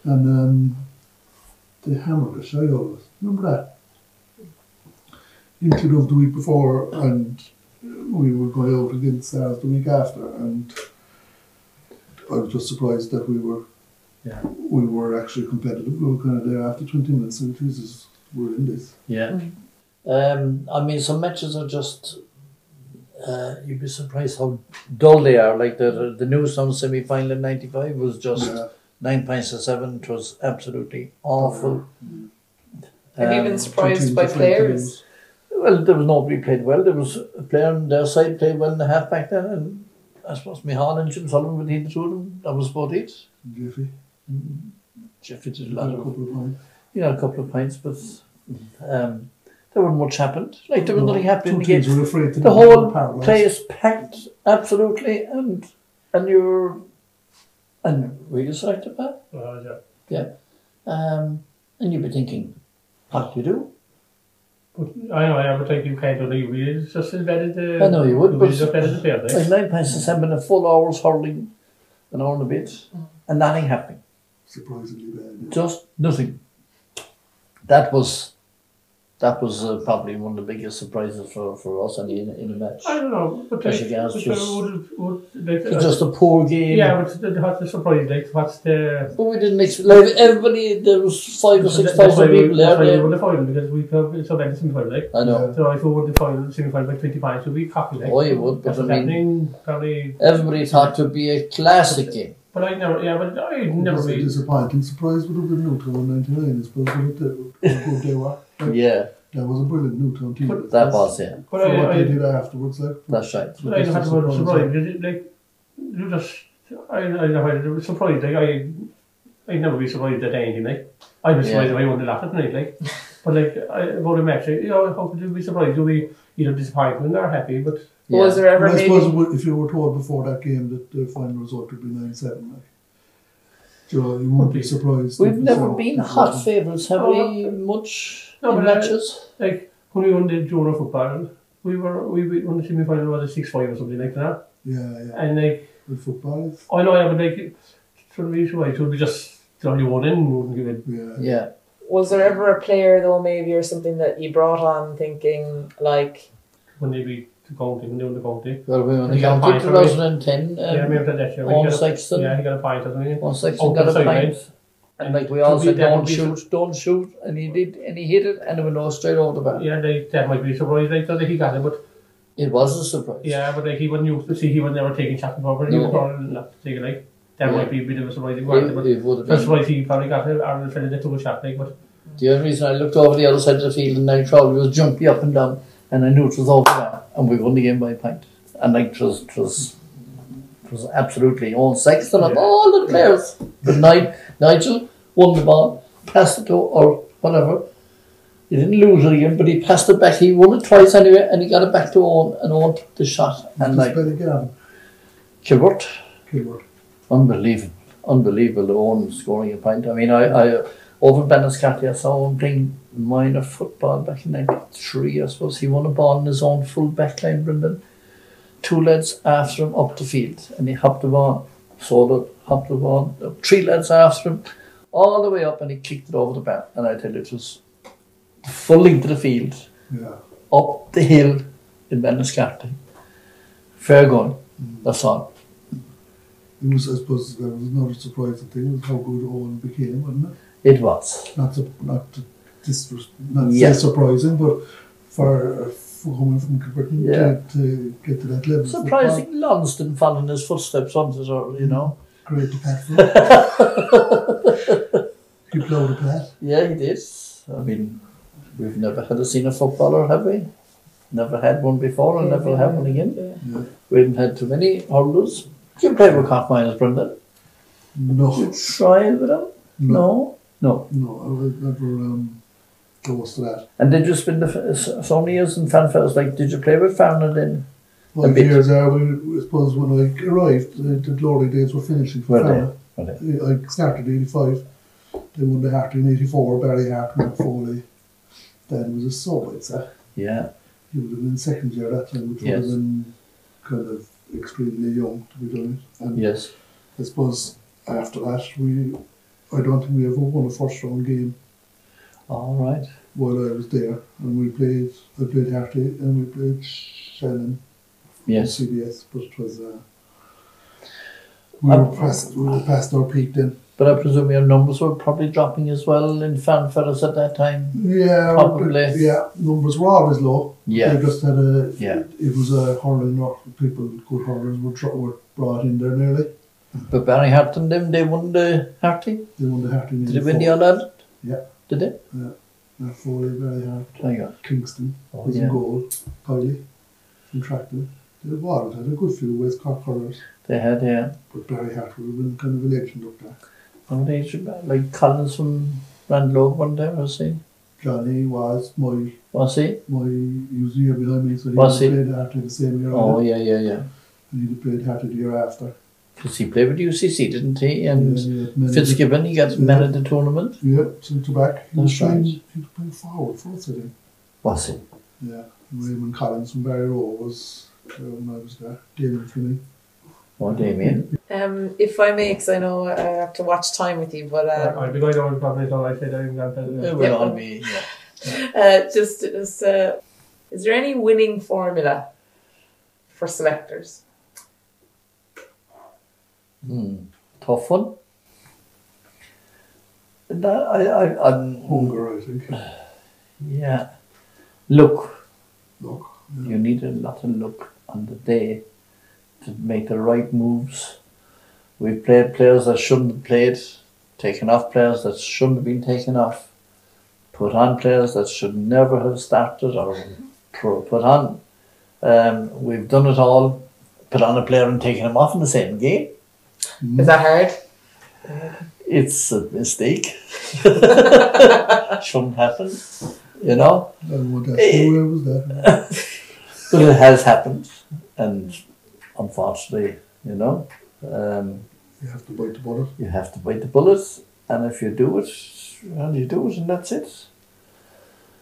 [SPEAKER 4] And um, they hammered us, I always remember that. Into of the week before, and we were going out against SARS the week after, and I was just surprised that we were
[SPEAKER 2] Yeah.
[SPEAKER 4] we were actually competitive. We were kind of there after 20 minutes, and Jesus, we're in this.
[SPEAKER 2] Yeah.
[SPEAKER 5] Mm.
[SPEAKER 2] Um, I mean, some matches are just. Uh, you'd be surprised how dull they are. Like the the Newstown semi final in '95 was just
[SPEAKER 4] Yeah.
[SPEAKER 2] nine pints to seven. It was absolutely awful.
[SPEAKER 5] Have you
[SPEAKER 2] Um,
[SPEAKER 5] been
[SPEAKER 4] Two
[SPEAKER 5] surprised
[SPEAKER 4] teams
[SPEAKER 5] by
[SPEAKER 4] that played
[SPEAKER 5] players?
[SPEAKER 4] teams.
[SPEAKER 2] Well, there was nobody played well. There was a player on their side played well in the half back then, and I suppose Mihal and Jim Sullivan between the two of them. That was about it.
[SPEAKER 4] Jeffy,
[SPEAKER 2] Jeffrey did a
[SPEAKER 4] had
[SPEAKER 2] lot
[SPEAKER 4] a
[SPEAKER 2] of
[SPEAKER 4] couple of points.
[SPEAKER 2] you know, a couple of pints, but um, there wasn't much happened. Like there was
[SPEAKER 4] No,
[SPEAKER 2] nothing happening.
[SPEAKER 4] Two
[SPEAKER 2] in the
[SPEAKER 4] teams
[SPEAKER 2] game.
[SPEAKER 4] were afraid to
[SPEAKER 2] The
[SPEAKER 4] do
[SPEAKER 2] whole
[SPEAKER 4] parallels.
[SPEAKER 2] place packed absolutely, and and you're and were you selected back?
[SPEAKER 3] Well, yeah.
[SPEAKER 2] Um, and you'd be thinking, what do you do?
[SPEAKER 3] But I know, I would think you can't really read it's just as bad as the...
[SPEAKER 2] I know you would,
[SPEAKER 3] the
[SPEAKER 2] but-
[SPEAKER 3] readers are better than the eh? others.
[SPEAKER 2] Like nine pints to seven, a full hour's hurling, an hour and a bit, and nothing happening.
[SPEAKER 4] surprisingly bad.
[SPEAKER 2] just nothing. That was that was uh, probably one of the biggest surprises for, for us in, in the match.
[SPEAKER 3] I don't know, but... uh,
[SPEAKER 2] Especially guys
[SPEAKER 3] but
[SPEAKER 2] just-
[SPEAKER 3] Would, would, like,
[SPEAKER 2] It was just a poor game.
[SPEAKER 3] Yeah, but the, what's the surprise? Like, what's the...
[SPEAKER 2] But we didn't expect like, everybody. There was five or six thousand people
[SPEAKER 3] That's why we
[SPEAKER 2] there.
[SPEAKER 3] won the final, because we uh, have so many semi-final, like.
[SPEAKER 2] I know
[SPEAKER 3] So if you won the final, semi-final by 20 points, you'd be cocky, like.
[SPEAKER 2] Oh, you would, but
[SPEAKER 3] That's
[SPEAKER 2] I
[SPEAKER 3] what's
[SPEAKER 2] mean-
[SPEAKER 3] happening, probably...
[SPEAKER 2] everybody thought it would be a classic game.
[SPEAKER 3] But I never, yeah, but I never
[SPEAKER 4] It's a
[SPEAKER 3] really...
[SPEAKER 4] disappointing surprise would have been Newtown 99, I suppose, would it? They, what they were. Like,
[SPEAKER 2] Yeah,
[SPEAKER 4] That was a brilliant Newtown team.
[SPEAKER 3] But
[SPEAKER 2] that was yeah.
[SPEAKER 3] But
[SPEAKER 4] For
[SPEAKER 3] I,
[SPEAKER 4] what
[SPEAKER 3] I,
[SPEAKER 4] they did afterwards, like.
[SPEAKER 2] That's right.
[SPEAKER 3] But I
[SPEAKER 4] Just
[SPEAKER 3] had
[SPEAKER 4] a
[SPEAKER 3] one
[SPEAKER 4] surprise,
[SPEAKER 3] surprise. Did it, like you just, I, I know I was surprised. Like I, I'd never be surprised at anything. Like I was
[SPEAKER 2] Yeah.
[SPEAKER 3] surprised if I won the last night. Like, but like I about a match, you know, how could you be surprised? You'll be either disappointed or happy. But
[SPEAKER 2] Yeah.
[SPEAKER 5] Was there
[SPEAKER 4] But
[SPEAKER 5] ever
[SPEAKER 4] I suppose it
[SPEAKER 5] maybe
[SPEAKER 4] would- if you were told before that game that the final result would be 9 7, like. You, know, you won't be surprised.
[SPEAKER 2] We've
[SPEAKER 4] if it's
[SPEAKER 2] never
[SPEAKER 4] all-
[SPEAKER 2] been
[SPEAKER 4] if it's all-
[SPEAKER 2] hot favourites, have
[SPEAKER 3] No,
[SPEAKER 2] we? Much
[SPEAKER 3] Oh, No,
[SPEAKER 2] in
[SPEAKER 3] but uh, I-
[SPEAKER 2] matches.
[SPEAKER 3] like when we won the Junior football, we were we we won the semi final was a six five or something like that.
[SPEAKER 4] Yeah, yeah.
[SPEAKER 3] And like
[SPEAKER 4] With football, it's-
[SPEAKER 3] I know, yeah, but like for me, so I should be just only one in wouldn't give it.
[SPEAKER 4] yeah.
[SPEAKER 2] Yeah,
[SPEAKER 5] was there ever a player though maybe or something that you brought on thinking like
[SPEAKER 3] When they beat the county, when they won the county.
[SPEAKER 2] well, we won the
[SPEAKER 3] You got a
[SPEAKER 2] county
[SPEAKER 3] point for me.
[SPEAKER 2] 2010.
[SPEAKER 3] Yeah, I
[SPEAKER 2] Um,
[SPEAKER 3] remember that year.
[SPEAKER 2] Owen
[SPEAKER 3] He got a-
[SPEAKER 2] Sexton.
[SPEAKER 3] Yeah, he got a point or something.
[SPEAKER 2] one section
[SPEAKER 3] Oh,
[SPEAKER 2] got a
[SPEAKER 3] sorry,
[SPEAKER 2] pint.
[SPEAKER 3] mate.
[SPEAKER 2] And like we
[SPEAKER 3] To
[SPEAKER 2] all
[SPEAKER 3] be
[SPEAKER 2] said,
[SPEAKER 3] that
[SPEAKER 2] don't
[SPEAKER 3] would be
[SPEAKER 2] shoot, don't shoot, and he did, and he hit it, and it went all straight over the bar.
[SPEAKER 3] Yeah, they, that might be a surprise. Like, that he got it, but
[SPEAKER 2] It was a surprise.
[SPEAKER 3] yeah, but like he wasn't used to see, he was never taking shots before, but he
[SPEAKER 2] No.
[SPEAKER 3] was probably not taking like that
[SPEAKER 2] Yeah.
[SPEAKER 3] might be a bit of a surprise.
[SPEAKER 2] It,
[SPEAKER 3] Yeah.
[SPEAKER 2] it would have
[SPEAKER 3] That's
[SPEAKER 2] been.
[SPEAKER 3] why he probably got it. Aaron Fenner that took a shot, like, but
[SPEAKER 2] The only reason I looked over the other side of the field and I Crowley was jumping up and down, and I knew it was over there, and we won the game by a pint. And like it was, it was, it was absolutely all Sexton of
[SPEAKER 3] Yeah.
[SPEAKER 2] all the players. But Ni- Nigel won the ball, passed it to or whatever. He didn't lose it again, but he passed it back. He won it twice anyway, and he got it back to Owen, and Owen took the shot. And
[SPEAKER 4] It's
[SPEAKER 2] like
[SPEAKER 4] better Gavin
[SPEAKER 2] Kilbert,
[SPEAKER 4] Kilmer.
[SPEAKER 2] Unbelievable, unbelievable Owen scoring a pint. I mean, I, I over Benescati, I saw him playing minor football back in 93, I suppose. He won a ball in his own full back line, Brendan. Two lads after him up the field, and he hopped the ball, sold it, hopped the ball, uh, three lads after him, all the way up, and he kicked it over the bar. And I tell you, it was the full length of the field,
[SPEAKER 4] Yeah.
[SPEAKER 2] up the hill in Benescati. Fair going, that's all.
[SPEAKER 4] It was, I suppose, that was not a surprising thing, was how good Owen became, wasn't it?
[SPEAKER 2] It was.
[SPEAKER 4] not to, not to dis, not to
[SPEAKER 2] Yeah.
[SPEAKER 4] say surprising, but for, for coming from Britain
[SPEAKER 2] Yeah.
[SPEAKER 4] to, to get to that level. of
[SPEAKER 2] Surprising Lonsdon followed in his footsteps once or so, you know.
[SPEAKER 4] football, Great to pat for. he blowed a pat.
[SPEAKER 2] Yeah, he did. I mean, we've never had a senior footballer, have we? Never had one before and never will have one again.
[SPEAKER 5] Yeah.
[SPEAKER 4] Yeah.
[SPEAKER 2] We haven't had too many hurdlers. You play with Cock Miners, Brendan.
[SPEAKER 4] No,
[SPEAKER 2] Try it with them? No. No.
[SPEAKER 4] no, I was never um, close to that.
[SPEAKER 2] And did you spend the f- s- so many years in fanfares? Like, did you play with Farnan then?
[SPEAKER 4] Well,
[SPEAKER 2] bit.
[SPEAKER 4] years are, we, I suppose, when I arrived, the, the glory days were finishing for
[SPEAKER 2] Were they?
[SPEAKER 4] Fermanagh.
[SPEAKER 2] Were
[SPEAKER 4] I started in 85 They won the Hart in 84, Barry Hart won Foley. Then was a Solitzer.
[SPEAKER 2] Yeah,
[SPEAKER 4] He would have been second year at that time, which would
[SPEAKER 2] Yes.
[SPEAKER 4] have been kind of extremely young to be doing it. And
[SPEAKER 2] yes.
[SPEAKER 4] I suppose after that, we I don't think we ever won a first round game
[SPEAKER 2] All right.
[SPEAKER 4] while I was there. And we played, I played Harty and we played Shannon
[SPEAKER 2] Yes.
[SPEAKER 4] from CBS, but it was. Uh, we were,
[SPEAKER 2] Um,
[SPEAKER 4] past, we were past our peak then.
[SPEAKER 2] But I presume your numbers were probably dropping as well in fanfares at that time.
[SPEAKER 4] Yeah,
[SPEAKER 2] Probably.
[SPEAKER 4] but- Yeah, numbers were always low.
[SPEAKER 2] Yeah.
[SPEAKER 4] They just had a.
[SPEAKER 2] Yeah.
[SPEAKER 4] It was a hurling or people, good hurlers were, dro- were brought in there nearly.
[SPEAKER 2] But Barry Hart and them, they won the Harty.
[SPEAKER 4] They won the Harty.
[SPEAKER 2] Did they win the All Ireland?
[SPEAKER 4] Yeah.
[SPEAKER 2] Did they?
[SPEAKER 4] That four very hard.
[SPEAKER 2] There you go.
[SPEAKER 4] Kingston
[SPEAKER 2] Oh,
[SPEAKER 4] was
[SPEAKER 2] yeah.
[SPEAKER 4] in goal. Powley from Tracton. The Warren had a good few West Cork hurlers,
[SPEAKER 2] They had, yeah.
[SPEAKER 4] but Barry Hart would have been kind of a legend up there.
[SPEAKER 2] And they should, like Collins from Randlow one day, was he?
[SPEAKER 4] Johnny was my
[SPEAKER 2] Was he?
[SPEAKER 4] my he was a year behind me, so he
[SPEAKER 2] Was he?
[SPEAKER 4] played Hart the same year. I
[SPEAKER 2] Oh,
[SPEAKER 4] did,
[SPEAKER 2] yeah, yeah, yeah.
[SPEAKER 4] And he played Hart the year after.
[SPEAKER 2] Because he played with UCC, didn't he? And
[SPEAKER 4] Yeah, he had many-
[SPEAKER 2] Fitzgibbon, he got man of the tournament.
[SPEAKER 4] Yeah, centre back. He was
[SPEAKER 2] That's right.
[SPEAKER 4] playing, he was playing forward for us, I think.
[SPEAKER 2] Was he?
[SPEAKER 4] Yeah. Raymond Collins from Barry Row was there when I was there. Damon Finney.
[SPEAKER 2] Oh, Damien.
[SPEAKER 5] Um, if I may, 'cause I know I have to watch time with you, but um,
[SPEAKER 3] I'd be going on probably until I said I even got
[SPEAKER 2] It
[SPEAKER 3] that.
[SPEAKER 2] will all be, yeah.
[SPEAKER 5] uh, just, just uh, is there any winning formula for selectors?
[SPEAKER 2] Mm. Tough one. No, I, I, I'm,
[SPEAKER 4] Hunger, I think.
[SPEAKER 2] yeah. Look,
[SPEAKER 4] Look.
[SPEAKER 2] you need a lot of luck on the day to make the right moves. We've played players that shouldn't have played, taken off players that shouldn't have been taken off, put on players that should never have started or pro- put on. Um, we've done it all, put on a player and taken him off in the same game.
[SPEAKER 5] Is that hard?
[SPEAKER 2] it's a mistake. Shouldn't happen, you know,
[SPEAKER 4] I don't want to ask
[SPEAKER 2] Eh.
[SPEAKER 4] you where was that.
[SPEAKER 2] but it has happened, and unfortunately, you know, um,
[SPEAKER 4] You have to bite the bullet.
[SPEAKER 2] you have to bite the bullet, and if you do it, well, you do it, and that's it.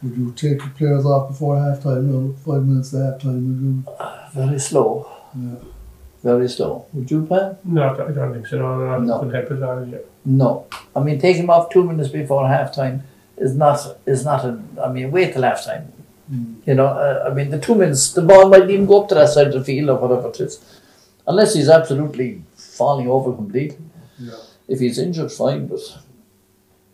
[SPEAKER 4] Would you take the players off before half time? No, five minutes to half time. Would
[SPEAKER 2] Very slow,
[SPEAKER 4] you? Yeah.
[SPEAKER 2] very slow. Would you, Pat?
[SPEAKER 3] No, I don't- I don't think so. No, no,
[SPEAKER 2] No.
[SPEAKER 3] I couldn't help it. I mean,
[SPEAKER 2] No, I mean, take him off two minutes before half time is not is not a. I mean, wait till half time.
[SPEAKER 4] Mm.
[SPEAKER 2] You know, uh, I mean, the two minutes, the ball might even go up to that side of the field or whatever it is, unless he's absolutely falling over completely.
[SPEAKER 4] Yeah.
[SPEAKER 2] If he's injured, fine, but.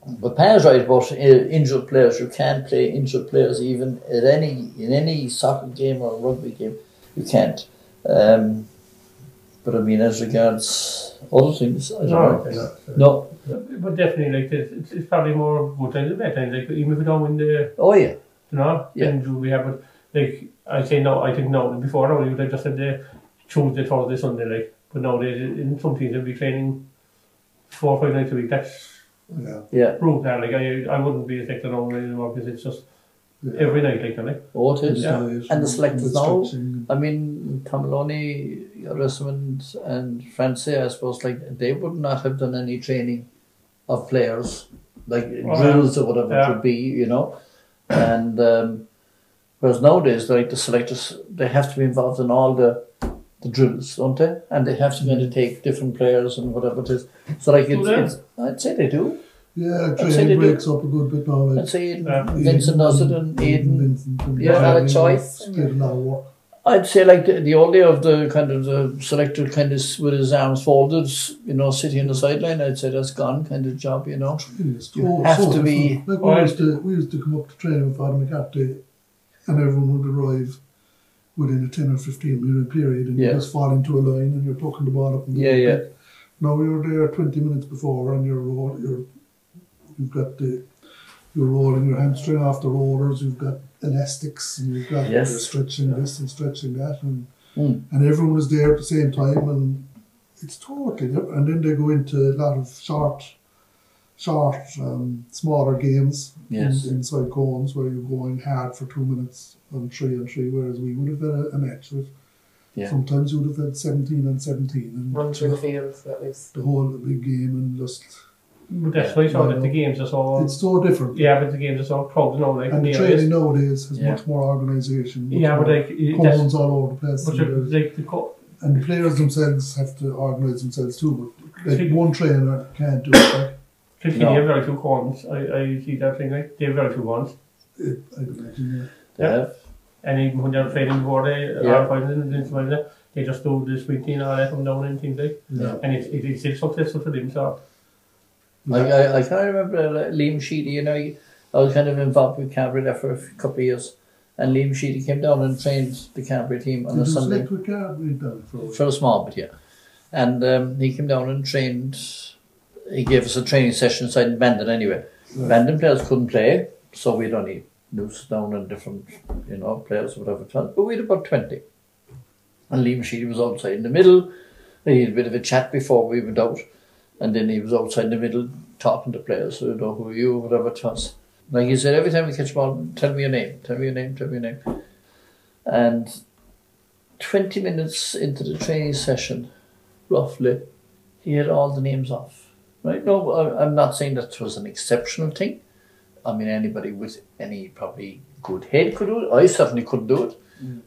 [SPEAKER 2] But Pan's right about uh, injured players. You can't play injured players even at any in any soccer game or rugby game. You can't. Um, but I mean, as regards other things, I don't
[SPEAKER 3] no,
[SPEAKER 2] know.
[SPEAKER 3] okay.
[SPEAKER 2] No,
[SPEAKER 3] But definitely, like this, it's, it's probably more good times than bad times. Like even if we don't win the,
[SPEAKER 2] Oh yeah,
[SPEAKER 3] you know,
[SPEAKER 2] Yeah.
[SPEAKER 3] then do we have it? Like I say, no, I think no. Before now, you would have just said the Tuesday, Thursday, Sunday, like. But nowadays, in some teams, they'll be training four or five nights a week. That's
[SPEAKER 4] Yeah.
[SPEAKER 2] yeah.
[SPEAKER 3] rude now. Like I, I wouldn't be affected on anymore because it's just
[SPEAKER 4] yeah.
[SPEAKER 3] every night, like, like.
[SPEAKER 2] Oh, it is.
[SPEAKER 3] Yeah.
[SPEAKER 4] Diet
[SPEAKER 2] And the selectors now?
[SPEAKER 4] uh, stretching.
[SPEAKER 2] I mean, Tamaloni, Rosamond, and Francie, I suppose, like they would not have done any training of players, like
[SPEAKER 3] yeah.
[SPEAKER 2] drills or whatever it
[SPEAKER 3] Yeah.
[SPEAKER 2] would be, you know. And um, whereas nowadays, like the selectors, they have to be involved in all the the drills, don't they? And they have to be able to take different players and whatever it is. So, like,
[SPEAKER 3] Mm. Do
[SPEAKER 2] it's, it's,
[SPEAKER 3] they?
[SPEAKER 2] I'd say they do.
[SPEAKER 4] Yeah,
[SPEAKER 2] say they
[SPEAKER 4] training breaks up a good bit now.
[SPEAKER 2] I'd
[SPEAKER 4] Like
[SPEAKER 2] say Aidan,
[SPEAKER 3] Yeah.
[SPEAKER 2] Vincent does it, and Aidan
[SPEAKER 4] Vincent and
[SPEAKER 2] Yeah,
[SPEAKER 5] not a
[SPEAKER 4] Barry
[SPEAKER 5] choice.
[SPEAKER 4] Split an hour.
[SPEAKER 2] I'd say like the, the only of the kind of the selector kind of s- with his arms folded, you know, sitting on the sideline. I'd say that's gone kind of job, you know.
[SPEAKER 4] Training is
[SPEAKER 2] You
[SPEAKER 4] so-
[SPEAKER 2] have
[SPEAKER 4] so
[SPEAKER 2] to be-
[SPEAKER 4] different. Like
[SPEAKER 3] Well,
[SPEAKER 4] we used to, we used to come up to train with Father McCarthy, and everyone would arrive within a ten or fifteen minute period, and
[SPEAKER 2] Yeah.
[SPEAKER 4] you just fall into a line, and you're poking the ball up. And
[SPEAKER 2] Yeah,
[SPEAKER 4] down.
[SPEAKER 2] yeah.
[SPEAKER 4] No, we were there 20 minutes before, and you're roll, you're you've got the you're rolling your hamstring off the rollers. You've got elastics, and you've got
[SPEAKER 2] Yes.
[SPEAKER 4] you're stretching this and stretching that, and
[SPEAKER 2] Mm.
[SPEAKER 4] and everyone was there at the same time, and it's totally different. And then they go into a lot of short, short, um, smaller games
[SPEAKER 2] Yes.
[SPEAKER 4] in, inside cones where you're going hard for two minutes on three and three, whereas we would have had a, a match with.
[SPEAKER 2] Yeah.
[SPEAKER 4] Sometimes you would have had 17 and 17 and
[SPEAKER 5] Run through the fields at least.
[SPEAKER 4] the whole big game and just
[SPEAKER 3] But that's what I saw, that the games are so,
[SPEAKER 4] It's so different.
[SPEAKER 3] yeah, but the games are so crowded now, like,
[SPEAKER 4] And the
[SPEAKER 3] yeah,
[SPEAKER 4] training nowadays has
[SPEAKER 2] Yeah.
[SPEAKER 4] much more organisation. much
[SPEAKER 3] yeah, but
[SPEAKER 4] more
[SPEAKER 3] like, it- that's,
[SPEAKER 4] cones all over the place.
[SPEAKER 3] but
[SPEAKER 4] and,
[SPEAKER 3] you're-
[SPEAKER 4] uh,
[SPEAKER 3] like, the co-
[SPEAKER 4] and the players themselves have to organise themselves too. But like
[SPEAKER 3] Think-
[SPEAKER 4] one trainer can't do it. Like,
[SPEAKER 3] Particularly,
[SPEAKER 2] No.
[SPEAKER 3] they have very few corns. I, I see that thing, like, they have very few ones.
[SPEAKER 4] it I don't imagine.
[SPEAKER 3] Yeah.
[SPEAKER 2] Yeah.
[SPEAKER 3] And even when they're training before they
[SPEAKER 2] Yeah.
[SPEAKER 3] are fighting and things like that, they just do the sweet thing and let them down and things like
[SPEAKER 4] Yeah.
[SPEAKER 3] And it, it, it's still successful for them, so.
[SPEAKER 2] I, I, I kind of remember uh, Liam Sheedy, you know, I was kind of involved with Canberra there for a f- couple of years, and Liam Sheedy came down and trained the Canberra team on
[SPEAKER 4] Did
[SPEAKER 2] a
[SPEAKER 4] you
[SPEAKER 2] Sunday.
[SPEAKER 4] select with Carberry down for a while?
[SPEAKER 2] for a small bit, yeah. And um, he came down and trained. He gave us a training session inside in Bandon anyway.
[SPEAKER 4] Right.
[SPEAKER 2] Bandon players couldn't play, so we'd only loose down and different, you know, players or whatever. But we had about 20. And Liam Sheedy was outside in the middle. He had a bit of a chat before we went out. And then he was outside in the middle talking to players, you know, who are you, whatever it was. Like he said, every time we catch a ball, tell me your name, tell me your name, tell me your name. And 20 minutes into the training session, roughly, he had all the names off. Right? No, I- I'm not saying that was an exceptional thing. I mean, anybody with any probably good head could do it. I certainly couldn't do it.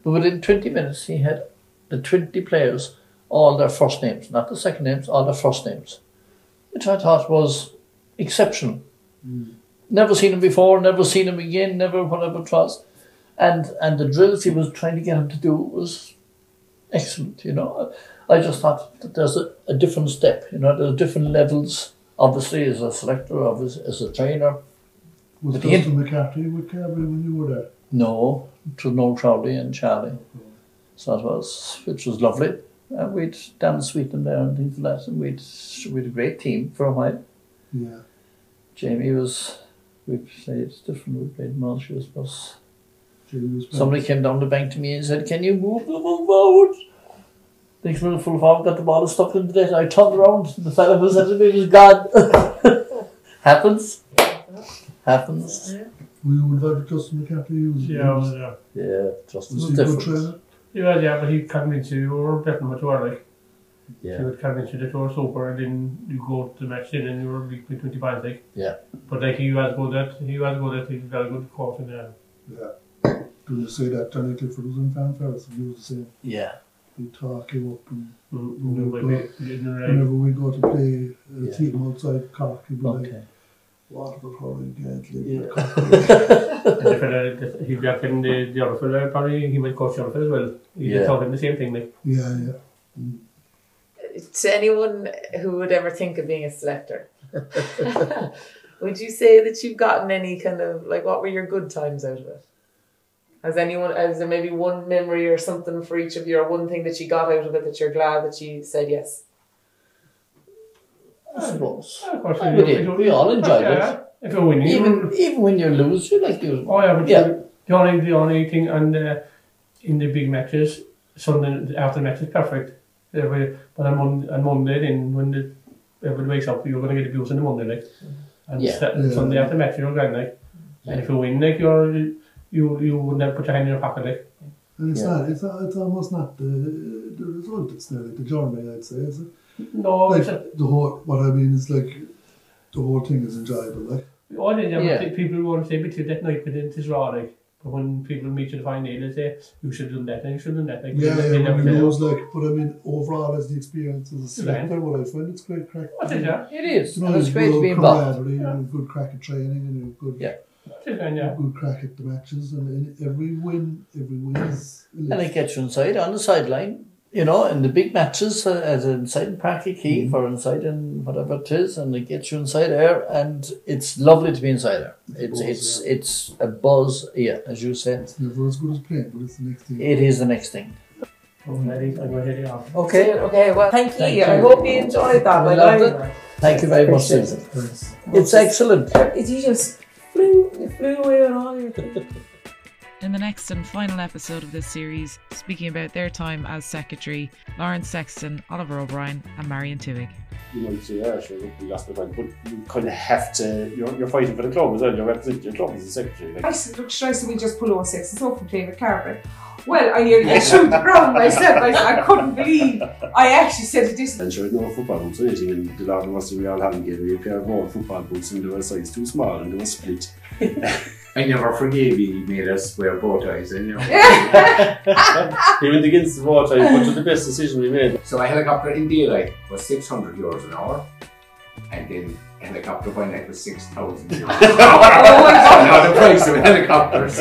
[SPEAKER 2] But within 20 minutes, he had the 20 players, all their first names, not the second names, all their first names, which I thought was exceptional. Never seen him before, never seen him again, never whatever it was. And, and the drills he was trying to get him to do was excellent. You know, I I just thought that there's a, a different step. You know, there's different levels. Obviously, as a selector, obviously as a trainer.
[SPEAKER 4] Was
[SPEAKER 2] At the end-
[SPEAKER 4] Dustin McCarthy with Carberry when you were there?
[SPEAKER 2] No, it was Noel Crowley and Charlie. So it was, which was lovely. And we'd dance with them there and things like that. And we'd we'd a great team for a while.
[SPEAKER 4] Yeah.
[SPEAKER 2] Jamie was. We played different. We played Marshall, I suppose.
[SPEAKER 4] Jamie was
[SPEAKER 2] Somebody came down the bank to me and said, Can you move the ball forward? Next minute, full forward, got the ball stuck in the net. I turned around, and the fella was at me, he was gone. Happens. Happens.
[SPEAKER 4] Were you invited Dustin McCarthy? He was,
[SPEAKER 3] Yeah,
[SPEAKER 4] he was,
[SPEAKER 3] yeah.
[SPEAKER 2] Yeah, just
[SPEAKER 4] was
[SPEAKER 2] as
[SPEAKER 4] he a good
[SPEAKER 2] different.
[SPEAKER 4] trainer?
[SPEAKER 3] Yeah, yeah, but he convinced you, or better much more, like, he
[SPEAKER 2] Yeah,
[SPEAKER 3] would convince you that you were super, and then you go to the match in and you were weekly 20 pounds, like.
[SPEAKER 2] Yeah.
[SPEAKER 3] But, like, he was good at, he was good at, he's very good coach in there.
[SPEAKER 4] Did you say that Tony Clifford was in fanfares? He was the same.
[SPEAKER 2] yeah,
[SPEAKER 4] He talk him up and
[SPEAKER 3] Mm,
[SPEAKER 4] Yeah,
[SPEAKER 3] like, he- he didn't really-
[SPEAKER 4] Whenever we go to play a
[SPEAKER 2] Yeah.
[SPEAKER 4] team outside Cork, he'd be like,
[SPEAKER 2] okay.
[SPEAKER 4] what the hurry, can't leave
[SPEAKER 2] Yeah.
[SPEAKER 4] Cork."
[SPEAKER 3] the fella, he back in the, the other fella, probably he might coach the other fella as well. He
[SPEAKER 2] Yeah.
[SPEAKER 3] yeah. told him the same thing, like,
[SPEAKER 4] Yeah, yeah.
[SPEAKER 5] to anyone who would ever think of being a selector, would you say that you've gotten any kind of like what were your good times out of it? Has anyone has there maybe one memory or something for each of you or one thing that you got out of it that you're glad that you said yes?
[SPEAKER 2] I suppose.
[SPEAKER 3] "Ah, of course,
[SPEAKER 2] We did. We all enjoyed
[SPEAKER 3] yeah,
[SPEAKER 2] it.
[SPEAKER 3] yeah. If you're winning,
[SPEAKER 2] Even even when you lose, you like you.
[SPEAKER 3] oh yeah, but
[SPEAKER 2] Yeah.
[SPEAKER 3] the only the only thing and uh, in the big matches, Sunday after the match is perfect. Yeah, we- But on Monday, on Monday, then when the everybody wakes up, you're going to get abuse on the Monday, like, and
[SPEAKER 2] Yeah.
[SPEAKER 3] Sa-
[SPEAKER 4] Yeah.
[SPEAKER 3] Sunday after the match, you're going like, and if you win, like, you're you you would never put your hand in your pocket, like.
[SPEAKER 4] And it's
[SPEAKER 2] Yeah.
[SPEAKER 4] not, it's, it's almost not the, the result, it's not like the journey, I'd say. Is it?
[SPEAKER 3] No,
[SPEAKER 4] Like,
[SPEAKER 3] it's a,
[SPEAKER 4] the whole, what I mean is like, the whole thing is enjoyable, like.
[SPEAKER 3] All it is,
[SPEAKER 2] Yeah.
[SPEAKER 3] yeah. people want to say between that night, but it is raw, like. But when people meet you to find out, they say, you should have done that, and you should have "Oh, done that. Like,
[SPEAKER 4] Yeah,
[SPEAKER 3] they,
[SPEAKER 4] yeah,
[SPEAKER 3] they never
[SPEAKER 4] when
[SPEAKER 3] say
[SPEAKER 4] you
[SPEAKER 3] that.
[SPEAKER 4] lose, like, but I mean, overall, as the experience as a selector, what I find, it's great crack.
[SPEAKER 3] What is that?
[SPEAKER 2] It is.
[SPEAKER 4] You
[SPEAKER 2] And
[SPEAKER 4] know,
[SPEAKER 2] it's
[SPEAKER 4] you
[SPEAKER 2] great to
[SPEAKER 4] grow
[SPEAKER 2] be involved.
[SPEAKER 4] camaraderie,
[SPEAKER 3] Yeah.
[SPEAKER 4] you have good crack at training, and you have good,
[SPEAKER 2] Yeah.
[SPEAKER 3] What is that, yeah.
[SPEAKER 4] good crack at the matches, and, and every win, every win is. a
[SPEAKER 2] And
[SPEAKER 4] lift.
[SPEAKER 2] it gets you inside on the sideline, you know, in the big matches, uh, as inside in Parky Key
[SPEAKER 5] Mm-hmm.
[SPEAKER 2] or inside in whatever it is, and it gets you inside there, and it's lovely to be inside there. It's
[SPEAKER 4] buzz,
[SPEAKER 2] it's it's a buzz, yeah, as you said.
[SPEAKER 4] It's never as good as playing, but it's the next thing.
[SPEAKER 2] It is the next thing.
[SPEAKER 3] Oh, ladies, I'm going to hit you off.
[SPEAKER 5] Okay, okay well thank you.
[SPEAKER 2] Thank you.
[SPEAKER 5] I hope you enjoyed that.
[SPEAKER 2] We
[SPEAKER 5] Like,
[SPEAKER 2] loved
[SPEAKER 5] I-
[SPEAKER 2] it. Thank you very much,
[SPEAKER 5] Appreciate
[SPEAKER 2] Susan.
[SPEAKER 4] Thanks.
[SPEAKER 2] It's excellent.
[SPEAKER 5] It you just flew you flew away on all your things.
[SPEAKER 1] In the next and final episode of this series, speaking about their time as secretary, Lauren Sexton, Oliver O'Brien, and Marion Tuig.
[SPEAKER 6] you might say, yeah, sure, look, we lost the fight, but you kind of have to, you're, you're fighting for the club as well, you're representing your club as a secretary.
[SPEAKER 7] I
[SPEAKER 6] Like,
[SPEAKER 7] said, look, should I, so we just pull 06, it's open play with Carver.
[SPEAKER 5] Well, I nearly got through the ground myself. I, I couldn't believe I actually said it this.
[SPEAKER 6] And sure, no football boots or anything. And the lad who was the Real Hand gave me a pair of old football boots and they were size too small and they were split.
[SPEAKER 8] I never forgave he made us wear bow ties. And, you know.
[SPEAKER 6] He went against the water, which was the best decision we made.
[SPEAKER 8] So a helicopter in daylight was 600 euros an hour, and then a helicopter by night was 6,000 euros.
[SPEAKER 5] Oh, my God.
[SPEAKER 8] now the price of helicopters.